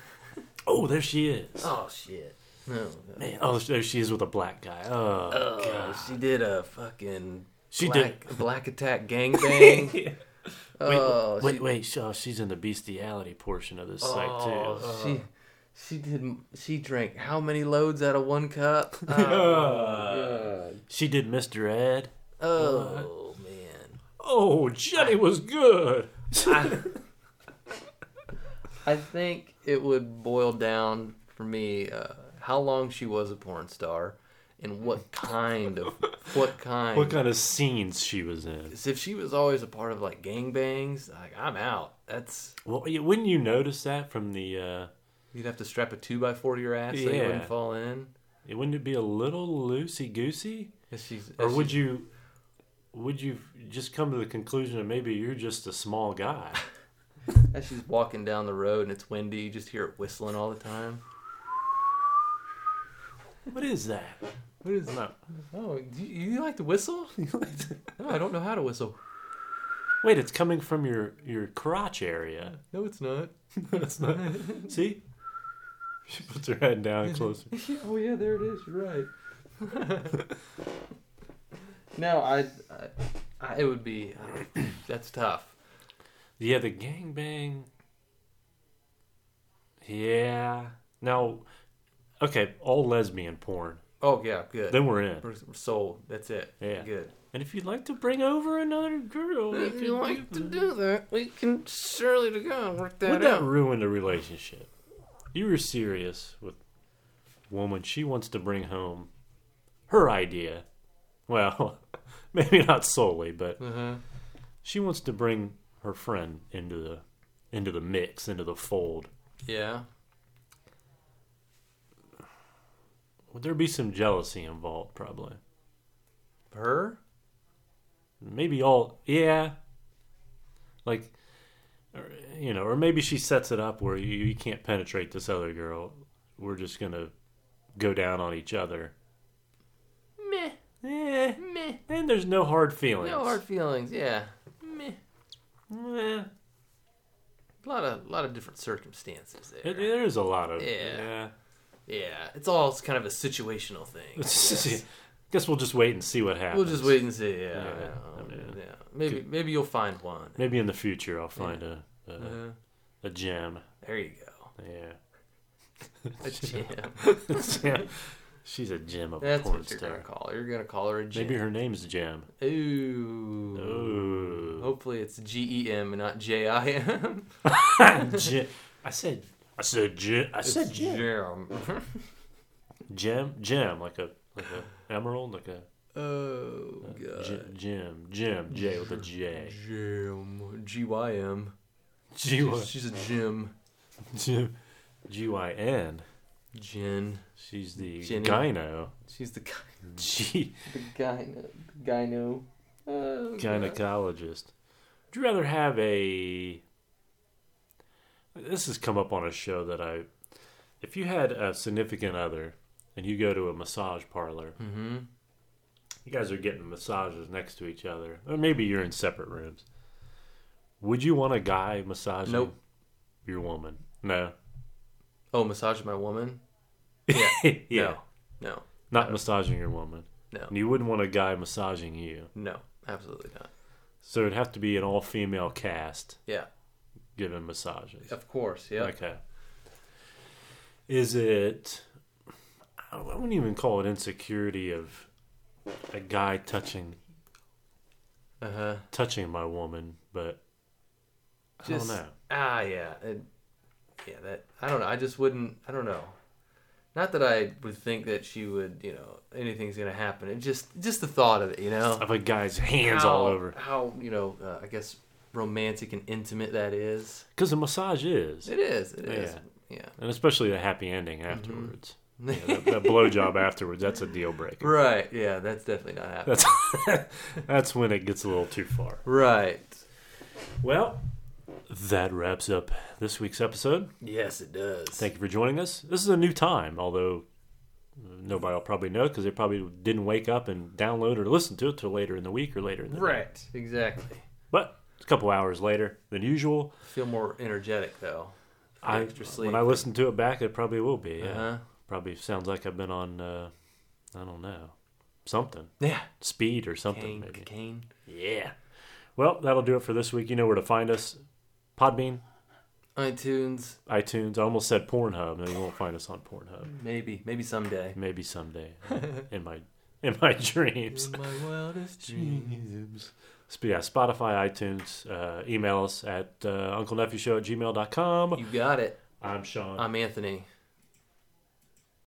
oh, there she is. Oh shit! No, no. Man, oh, there she is with a black guy. Oh, Oh, God. she did a fucking She black, did black attack gangbang. Wait, oh, wait, she, wait. she- oh, she's in the bestiality portion of this site oh, too. Oh. she she did she drank how many loads out of one cup? Oh, God. She did Mr. Ed. oh man. Oh, Jenny was good. I, I think it would boil down for me uh, how long she was a porn star and what kind of what kind. What kind of scenes she was in? 'Cause if she was always a part of like gangbangs, like I'm out. That's Well, you- wouldn't you notice that from the? Uh, you'd have to strap a two by four to your ass so you Yeah. wouldn't fall in. It wouldn't it be a little loosey goosey, If she's, if or would she- you, would you just come to the conclusion that maybe you're just a small guy? as she's walking down the road and it's windy, you just hear it whistling all the time. what is that? What is No. Oh, do you, you like to whistle? no, I don't know how to whistle. Wait, it's coming from your your crotch area. No, it's not. That's not. See, she puts her head down closer. oh yeah, there it is. You're right. no, I, I, I, it would be. That's uh, tough. Yeah, the gangbang. Yeah. Now, okay, all lesbian porn. Oh yeah, good. Then we're in. We're we're sold. That's it. Yeah. Good. And if you'd like to bring over another girl, we can do that. do that, we can surely to go and work would that ruin the relationship? You were serious with a woman. She wants to bring home her idea. Well, maybe not solely, but Uh-huh. she wants to bring her friend into the into the mix, into the fold. Yeah. Would there be some jealousy involved? Probably. Her? Maybe all. Yeah. Like, or, you know, or maybe she sets it up where you, you can't penetrate this other girl. We're just gonna go down on each other. Meh. Eh. Meh. And there's no hard feelings. No hard feelings. Yeah. Meh. Eh, A lot of lot of different circumstances there. it- there is a lot of. Yeah. Yeah. It's all kind of a situational thing. I guess. Guess we'll just wait and see what happens. we'll just wait and see. Yeah, Yeah. Yeah. yeah. yeah. Maybe maybe you'll find one. Maybe in the future I'll find a a, Uh, a gem. there you go. Yeah. A gem. Yeah. She's a gem of a That's porn what you're gonna star. call her. You're gonna call her a gem. Maybe her name's Gem. Ooh. Ooh. Hopefully it's G E M and not J I M. Gem. I said. I said gem. I said gem. Jam. Gem. Gem. Like a like a emerald. Like a oh ge- god. gem. Gem. J with a J. Jim. G Y M. G Y She's a gym. Gem. G Y N. Gin. She's the Jenny. gyno. She's the gy- G. the gyno gyno. Oh, God. gynecologist. Would you rather have a? This has come up on a show that I. If you had a significant other and you go to a massage parlor, Mhm. you guys are getting massages next to each other, or maybe you're in separate rooms. Would you want a guy massaging Nope. your woman? No. Oh, massage my woman. yeah. No. Not massaging your woman. No. And you wouldn't want a guy massaging you. No. Absolutely not. So it'd have to be an all female cast Yeah. giving massages. Of course. Yeah. Okay. Is it? I wouldn't even call it insecurity of a guy touching Uh huh. touching my woman, but I Just- don't know. Ah, yeah. It, yeah, that I don't know. I just wouldn't. I don't know. Not that I would think that she would, you know, anything's gonna happen. It just, just the thought of it, you know, Of a guy's hands all How- over How you know, uh, I guess romantic and intimate that is. because a massage is, It is. It is. Yeah. and especially the happy ending afterwards. Yeah, that, that blowjob afterwards, that's a deal breaker. Mm-hmm. Right. Yeah. That's definitely not happening. That's that's when it gets a little too far. Right. Well, that wraps up this week's episode. Yes, it does. Thank you for joining us. This is a new time, although nobody will probably know because they probably didn't wake up and download or listen to it till later in the week or later in the night. Right. Exactly. But it's a couple hours later than usual. Feel more energetic though. I Extra sleep. when I listen to it back, it probably will be. Yeah, Uh-huh. probably sounds like I've been on uh, I don't know something Yeah. speed or something Cane. maybe. Cane. Yeah. Well, that'll do it for this week. You know where to find us. Podbean, iTunes. iTunes. I almost said Pornhub, and you won't find us on Pornhub. Maybe. Maybe someday. Maybe someday in my in my dreams. In my wildest dreams. Sp- yeah, Spotify, iTunes, uh, email us at uh, unclenephewshow at gmail.com. You got it. I'm Sean. I'm Anthony.